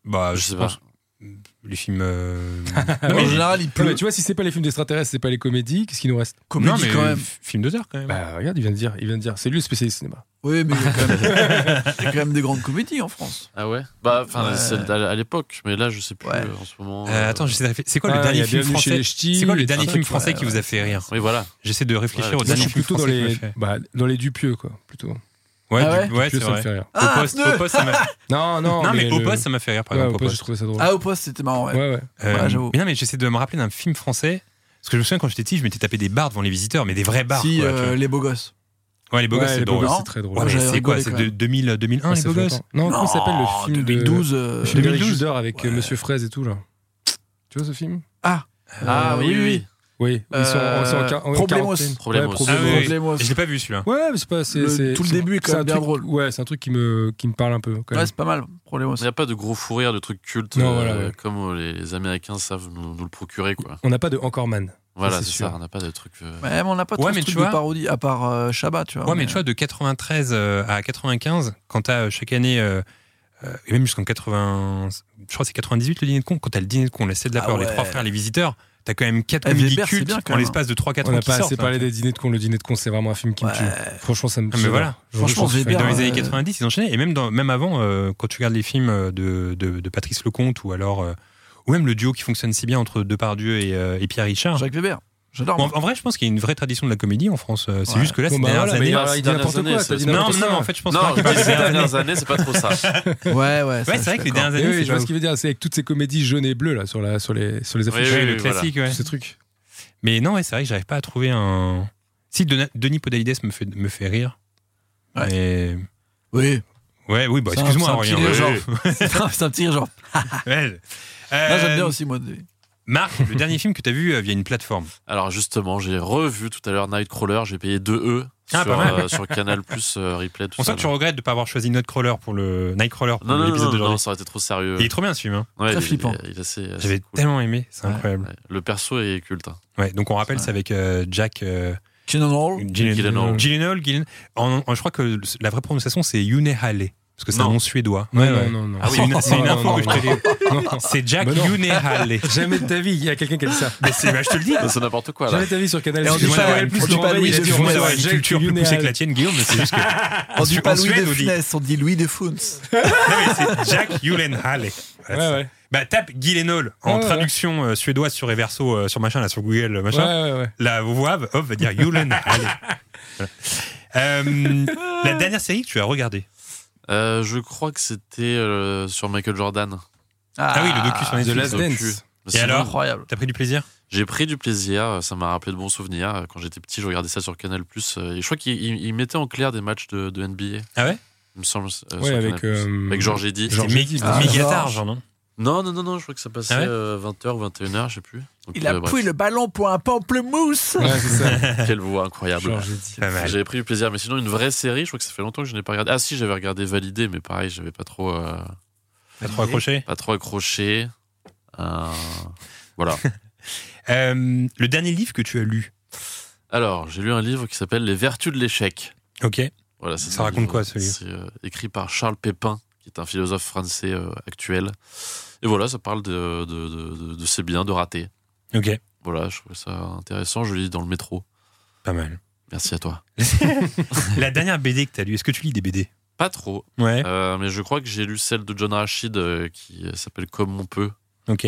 B: Bah,
D: Je sais pas.
B: Les films. euh,
C: Non,
E: en
C: mais-
E: général, il
C: Non,
E: pleut.
C: mais tu vois, si c'est pas les films d'extraterrestres, c'est pas les comédies, qu'est-ce qui nous reste
E: Comédie,
B: non, mais
E: quand même.
B: f- Films d'auteur, quand même.
C: Bah, regarde, il vient de dire, il vient de dire, c'est lui le spécialiste cinéma.
E: Oui, mais il y, a quand même, il y a quand même des grandes comédies en France.
D: Ah ouais Bah, enfin,
E: Ouais.
D: c'est à, à l'époque, mais là, je sais plus
E: Ouais.
D: euh, en ce moment.
B: Euh,
D: euh,
B: attends, j'essaie de réfléchir. C'est quoi
C: Ah,
B: le
C: il y
B: dernier
C: a
B: film
C: Bienvenue chez
B: français
C: les Ch'tis,
B: C'est quoi le
C: les
B: dernier
C: trucs,
B: film français
E: ouais,
B: qui vous a fait rire
D: Oui, voilà.
B: J'essaie de réfléchir
D: Ouais,
B: au
D: moi,
C: Moi,
B: dernier
C: je suis
B: film
C: plutôt dans
B: français. qui m'a
C: les,
B: fait.
C: bah, dans les Dupieux, quoi, plutôt.
B: Ouais,
E: Ah
B: du-
E: ouais
B: ouais
C: Tu
B: c'est
C: sais, ça me
B: vrai.
C: fait rire.
E: Ah,
B: Popos,
E: pneu
B: Popos, ça m'a.
C: Non, non.
B: Non, mais,
C: le-
B: Popos, ça m'a fait rire, par
C: Ouais,
B: exemple.
C: Popos,
B: Popos.
C: je trouvais ça drôle.
E: Ah, au poste, c'était marrant, ouais.
C: Ouais, ouais.
B: Euh,
E: Ouais, j'avoue.
B: mais non, mais j'essaie de me rappeler d'un film français. Parce que je me souviens quand j'étais petit, je m'étais tapé des bars devant les visiteurs, mais des vrais bars.
E: si,
B: quoi,
E: euh,
B: tu vois.
E: les beaux gosses.
B: Ouais, les beaux
C: Ouais,
B: gosses, c'est
C: les beaux
B: drôle.
C: gosses,
E: Non.
C: c'est très drôle.
B: Ouais, mais
E: j'avais
B: c'est quoi
E: rigolé
B: C'est
E: quand
B: de-
E: même.
B: 2000, 2001,
C: Ah,
B: les
C: ça
B: beaux
C: fait
B: gosses
C: longtemps. Non, comment ça s'appelle
E: Oh,
C: le film de-
E: 2012. euh,
C: Le film d'Eric
E: 2012.
C: Judor avec euh, Monsieur Fraise et tout, là. Tu vois ce film
E: Ah,
B: Euh,
D: Ah oui, oui, oui.
C: Oui. Ils sont en- ils sont en quar- en
E: Problemos.
C: quarantaine.
D: Problemos.
C: Ouais,
B: Ah oui, oui.
E: Problemos.
B: Et Je l'ai pas vu celui-là.
C: Ouais, mais c'est pas. c'est-
E: Le-
C: c'est-
E: tout le
C: c'est-
E: début est quand
C: c'est
E: même
C: un
E: bien
C: truc-
E: drôle.
C: Ouais, c'est un truc qui me, qui me parle un peu. Quand
E: Ouais,
C: même.
E: c'est pas mal, Problemos.
D: Il n'y a pas de gros fou rire, de trucs cultes
C: Non,
D: euh,
C: voilà, ouais.
D: comme euh, les, les Américains savent nous, nous le procurer. Quoi.
C: On n'a pas de Encore Man.
D: Voilà,
C: c'est
D: c'est ça,
C: sûr.
D: on n'a pas de trucs. euh,
E: Ouais, mais on n'a pas
B: Ouais,
E: trop
B: mais tu
E: de trucs
B: vois-
E: de parodie, à part euh, Shabba, tu vois.
B: Ouais, mais tu vois, de 93 euh, à 95, quand t'as euh, chaque année, euh, euh, et même jusqu'en 80, je crois que c'est 98 le dîner de con, quand t'as le dîner de con, la scène de la
E: Ah
B: peur, les
E: ouais.
B: trois frères, les visiteurs, t'as quand même quatre
E: Eh,
B: comédies
E: Weber, c'est
B: cultes
E: bien, quand
B: en
E: même.
B: l'espace de 3-4
C: On
B: ans
C: n'a
B: qui
C: pas assez
B: sortent.
C: parlé
B: hein.
C: des dîners de con. Le dîner de con, c'est vraiment un film qui me
E: Ouais.
C: tue. Franchement, ça me
B: Ah, mais
C: ça me-
B: voilà.
C: je-
E: Franchement,
C: je- je-
E: Weber,
B: Dans les
E: euh,
B: années 90, ils enchaînaient, et même, dans, même avant, euh, quand tu regardes les films euh, de, de, de Patrice Lecomte, ou alors, euh, ou même le duo qui fonctionne si bien entre Depardieu et, euh, et Pierre Richard.
E: Jacques Weber. J'adore.
B: Bon,
E: moi.
B: en, en vrai, je pense qu'il y a une vraie tradition de la comédie en France. euh, C'est
E: Ouais.
B: juste que là,
C: Bon,
B: ces
C: bah
B: dernières
C: voilà, mais
B: années.
C: il
D: années,
C: a- il dit
D: ces
C: n'importe
D: dernières
C: quoi. T'as dit
D: années,
B: Non,
C: n'importe
B: non,
C: quoi.
B: mais en fait, je pense pas
D: Non,
B: qu'il parle
D: les
B: des dernières années.
D: dernières années, c'est pas trop ça.
E: Ouais, ouais. ça,
B: Ouais, c'est
E: je
B: vrai
E: suis
B: que les
E: d'accord.
B: dernières années,
C: Oui, oui,
B: c'est pas
C: je vois ce
B: ouf.
C: qu'il veut dire. C'est avec toutes ces comédies jaunes et bleues là sur la sur les sur les affiches.
D: Oui,
B: Ouais,
D: oui,
B: le
D: oui,
B: classique, ouais.
C: Tous ces trucs.
B: Mais non, ouais, c'est vrai que j'arrive pas à trouver un. Si Dona- Denis Podalides me fait, me fait rire.
E: Ouais.
B: Mais-
E: Oui.
B: Ouais, oui, bah,
E: C'est un-
B: excuse-moi,
E: c'est un
B: Aurélien.
E: petit rire,
B: Ouais.
E: Putain, c'est un petit genre.
B: Ouais.
E: Là,
B: Euh,
E: j'aime bien aussi, moi. des-
B: Marc, le dernier film que t'as vu euh, via une plateforme.
D: Alors justement, j'ai revu tout à l'heure Nightcrawler, j'ai payé 2 E
B: Ah,
D: sur,
B: pas mal.
D: euh, sur Canal Plus Replay. Tout
B: On
D: ça,
B: sent que tu
D: là.
B: regrettes de pas avoir choisi Nightcrawler pour le Nightcrawler pour
D: Non, non,
B: l'épisode
D: non, non,
B: d'aujourd'hui.
D: ça aurait été trop sérieux.
B: Il est trop bien ce film. hein.
D: Ouais,
E: très
D: il-
E: flippant.
D: Il, il est assez, assez
B: J'avais
D: cool.
B: tellement aimé, c'est
E: Ouais.
B: incroyable.
D: Ouais, Le perso est culte. hein.
B: Ouais, donc on rappelle, c'est avec euh, Jack. euh,
E: Gyllenhaal.
B: Gyllenhaal.
D: Gyllenhaal.
B: Gyllenhaal, Gyllen- en- en- Je crois que la vraie prononciation, c'est Yune Hale. Parce que c'est un
D: Non.
B: nom suédois. Ouais, ouais.
C: Non, non, non.
B: Ah oui, c'est une- c'est une
C: Non,
B: info
C: non,
B: que je
C: non,
B: t'ai
C: non. Non.
B: C'est Jack
C: Bah non.
B: Yunehale.
C: Jamais de ta vie, il y a quelqu'un qui a dit ça.
B: Mais c'est- bah, je te le dis.
D: C'est n'importe quoi là.
C: Jamais de ta vie sur Canal.
E: Et on dit
C: Excuse-moi,
E: pas-
C: Canal+,
E: on dit
C: Laurent
E: pas
C: Bailly,
E: Louis
C: il a dit,
E: Defunès.
C: on
B: Excuse-moi
C: va
B: d'avoir
C: voir
B: une
C: Jacques
B: culture plus poussée que la
C: Gyllenhaal.
B: tienne, Guillaume, mais c'est juste que.
E: On dit
B: Su-
E: pas
B: en
E: Louis
B: Suède,
E: de
B: on dit-
E: Funès, on dit Louis de Funès.
B: Non, mais c'est Jack Yunehale.
C: Ouais, ouais.
B: Bah, tape Gyllenhaal
C: Ouais,
B: en
C: ouais.
B: traduction euh, suédoise sur Everso, euh, sur machin, là, sur Google, euh,
C: Ouais,
B: machin.
C: ouais, ouais.
B: La voix off va dire Yunehale. Euh, la dernière série que tu as regardée.
D: Euh, je crois que c'était euh, sur Michael Jordan.
B: Ah oui, le docu sur
C: The
B: Netflix.
C: Last
D: docu.
C: Dance.
D: Mais
B: Et
D: sinon,
B: alors
E: Incroyable.
B: T'as pris du plaisir
D: J'ai pris du plaisir, euh, ça m'a rappelé de bons souvenirs. Quand j'étais petit, je regardais ça sur Canal+. euh, Et je crois qu'il il- il mettait en clair des matchs de, de NBA.
B: Ah ouais
D: Il me semble. euh, sur
C: Ouais, avec,
D: Canal+.
C: euh,
D: avec Georges Eddy.
B: C'était mé-
C: Eddy,
B: c'était
E: ah,
B: méga
E: Georges.
B: tard, genre, non
D: Non, non, non, non, je crois que ça passait
B: Ah
D: euh,
B: ouais
D: 20h ou 21h, je sais plus. Donc,
E: Il
D: euh,
E: a
D: bref,
E: pris le ballon pour un pamplemousse.
C: Ouais, c'est ça.
D: Quelle voix incroyable.
C: Genre, j'ai dit.
B: Pas mal.
D: J'avais pris du plaisir, mais sinon une vraie série, je crois que ça fait longtemps que je n'ai pas regardé. Ah si, j'avais regardé Validé, mais pareil, j'avais pas trop, euh,
B: T'as trop accroché
D: pas trop accroché. Euh, voilà.
B: Euh, Le dernier livre que tu as lu.
D: Alors, j'ai lu un livre qui s'appelle Les Vertus de l'échec.
B: Ok.
D: Voilà, c'est
B: Ça
D: un
B: raconte quoi, ce livre
D: C'est euh, écrit par Charles Pépin, qui est un philosophe français euh, actuel. Et voilà, ça parle de, de, de, de- de ses biens, de ratés.
B: Ok.
D: Voilà, je trouve ça intéressant. Je le lis dans le métro.
B: Pas mal.
D: Merci à toi.
B: La dernière BD que t'as lu, est-ce que tu lis des BD
D: Pas trop,
B: Ouais.
D: euh, mais je crois que j'ai lu celle de John Rachid euh, qui s'appelle Comme on peut.
B: Ok.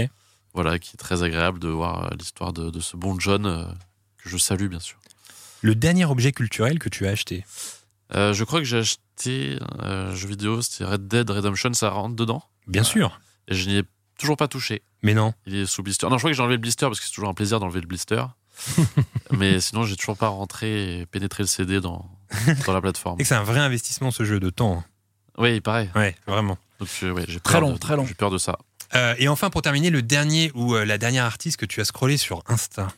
D: voilà, qui est très agréable de voir euh, l'histoire de, de ce bon John, euh, que je salue bien sûr.
B: Le dernier objet culturel que tu as acheté.
D: Euh, je crois que j'ai acheté euh, un jeu vidéo, c'était Red Dead Redemption, ça rentre dedans,
B: Bien sûr.
D: et je n'y ai toujours pas touché.
B: Mais non.
D: Il est sous blister. Non, je crois que j'ai enlevé le blister parce que c'est toujours un plaisir d'enlever le blister. Mais sinon, j'ai toujours pas rentré et pénétré le CD dans, dans la plateforme.
B: Et que c'est un vrai investissement ce jeu de temps.
D: Oui, pareil.
B: Ouais, vraiment.
D: Donc, euh, ouais, j'ai
E: Très
D: peur
E: long,
D: de-
E: très long.
D: J'ai peur de ça.
B: Euh, et enfin, pour terminer, le dernier ou euh, la dernière artiste que tu as scrollé sur Insta.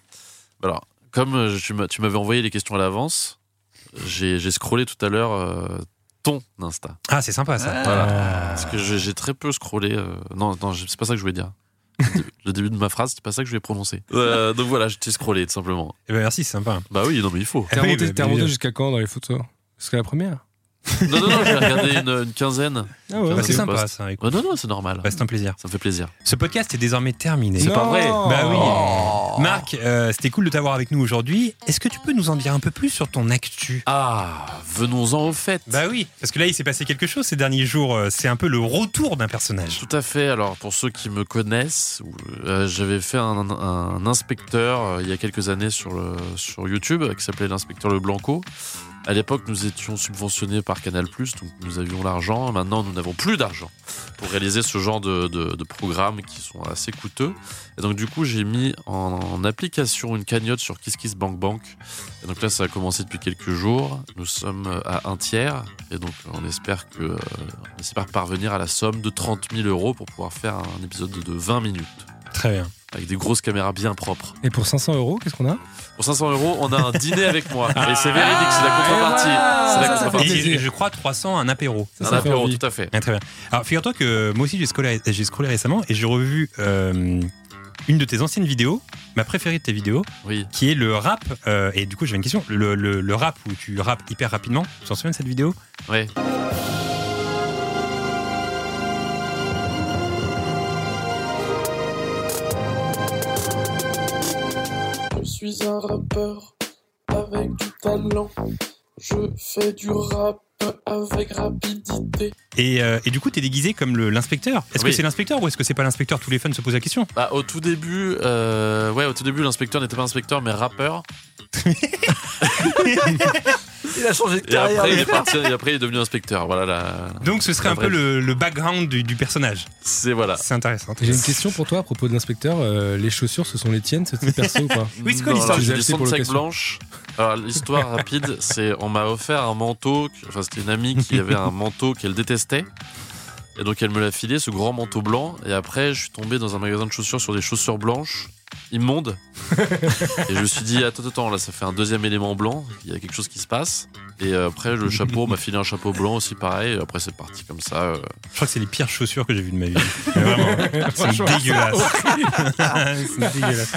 D: Alors, comme euh, je- tu m'as- tu m'avais envoyé les questions à l'avance, j'ai j'ai scrollé tout à l'heure euh, ton Insta.
B: Ah, c'est sympa ça.
D: Voilà. Parce que j'ai j'ai très peu scrollé. euh, Non, non, j'ai- c'est pas ça que je voulais dire. Le dé- Le début de ma phrase, c'est pas ça que je voulais prononcer. Euh, donc voilà, j'ai scrollé tout simplement.
B: Eh ben merci, c'est sympa.
D: Bah oui, non mais il faut.
B: Eh
C: T'es
B: oui,
C: remonté,
B: bah,
C: t'es
B: bien
C: remonté
B: sûr.
C: jusqu'à quand dans les photos Jusqu'à la première
D: Non, non, non, j'ai regardé une, une quinzaine.
C: Ah
D: ouais,
B: Bah, c'est
D: je
B: sympa
D: poste.
B: ça. écoute.
D: Ouais, non, non, c'est normal.
B: Bah, c'est un plaisir.
D: Ça me fait plaisir.
B: Ce podcast est désormais terminé.
C: C'est pas
B: Non.
C: vrai.
B: Bah oui.
E: Oh.
B: Marc, euh, c'était cool de t'avoir avec nous aujourd'hui. Est-ce que tu peux nous en dire un peu plus sur ton actu
D: Ah, venons-en au fait.
B: Bah oui, parce que là, il s'est passé quelque chose ces derniers jours. Euh, C'est un peu le retour d'un personnage.
D: Tout à fait. Alors, pour ceux qui me connaissent, euh, j'avais fait un, un inspecteur euh, il y a quelques années sur, le- sur YouTube euh, qui s'appelait l'inspecteur Le Blanco. À l'époque, nous étions subventionnés par Canal+, donc nous avions l'argent. Maintenant, nous n'avons plus d'argent pour réaliser ce genre de, de- de programmes qui sont assez coûteux. Et donc, du coup, j'ai mis en, en application une cagnotte sur KissKissBankBank. Et donc là, ça a commencé depuis quelques jours. Nous sommes à un tiers. Et donc, on espère que euh, on espère parvenir à la somme de 30 000 euros pour pouvoir faire un épisode de 20 minutes.
C: Très bien.
D: Avec des grosses caméras bien propres.
C: Et pour 500 euros, qu'est-ce qu'on a
D: Pour 500 euros, on a un dîner avec moi. Et c'est véridique, c'est la contrepartie. C'est la contrepartie.
B: Ah, Et- et je crois 300 un apéro.
D: Ça, Un ça fait apéro, envie. tout à fait.
B: Ah, très bien. Alors figure-toi que moi aussi j'ai scrollé, j'ai scrollé récemment et j'ai revu euh, une de tes anciennes vidéos, ma préférée de tes vidéos, qui est le rap. euh, et du coup j'avais une question, le, le- le rap où tu rappes hyper rapidement, tu t'en souviens de cette vidéo
D: Ouais.
J: Je suis un rappeur avec du talent. Je fais du rap avec rapidité.
B: Et, euh, et du coup t'es déguisé comme le- l'inspecteur. Est-ce
D: Oui.
B: que c'est l'inspecteur ou est-ce que c'est pas l'inspecteur Tous les fans se posent la question.
D: Bah, au tout début, euh, ouais, au tout début, l'inspecteur n'était pas inspecteur, mais rappeur.
E: Il a changé de
D: Et
E: carrière.
D: après, il
E: le
D: est
E: mec.
D: parti, et après, il est devenu inspecteur. Voilà. La...
B: Donc ce serait
D: la
B: un peu
D: vraie-
B: le, le background du, du personnage.
D: C'est voilà.
B: C'est intéressant.
C: J'ai une question pour toi à propos de l'inspecteur. Euh, les chaussures, ce sont les tiennes, c'est tes perso ou pas
B: Oui, c'est
D: Non, alors,
C: Tu les as
D: J'ai des
C: achetées pour
D: Santac
C: l'occasion
D: blanches. Alors, l'histoire rapide, c'est on m'a offert un manteau. que- Enfin, c'était une amie qui avait un manteau qu'elle détestait. Et donc, elle me l'a filé, ce grand manteau blanc. Et après, je suis tombé dans un magasin de chaussures sur des chaussures blanches, immondes. et je me suis dit, attends, attends, là, ça fait un deuxième élément blanc. Il y a quelque chose qui se passe. Et euh, après, le chapeau on m'a filé un chapeau blanc aussi, pareil. Et après, c'est parti comme ça. euh.
B: Je crois que c'est les pires chaussures que j'ai vues de ma vie. Mais Vraiment,
D: Franchement,
B: c'est dégueulasse.
C: c'est
B: C'est dégueulasse.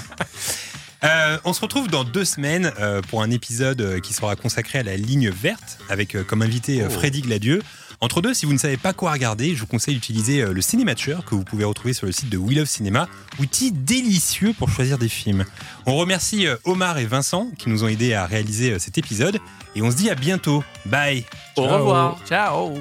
B: Euh, on se retrouve dans deux semaines euh, pour un épisode euh, qui sera consacré à la ligne verte avec euh, comme invité euh, Freddy Gladieux. Entre deux, si vous ne savez pas quoi regarder, je vous conseille d'utiliser euh, le Cinématcher que vous pouvez retrouver sur le site de We Love Cinéma, outil délicieux pour choisir des films. On remercie euh, Omar et Vincent qui nous ont aidés à réaliser euh, cet épisode et on se dit à bientôt. Bye.
D: Au revoir.
B: Ciao.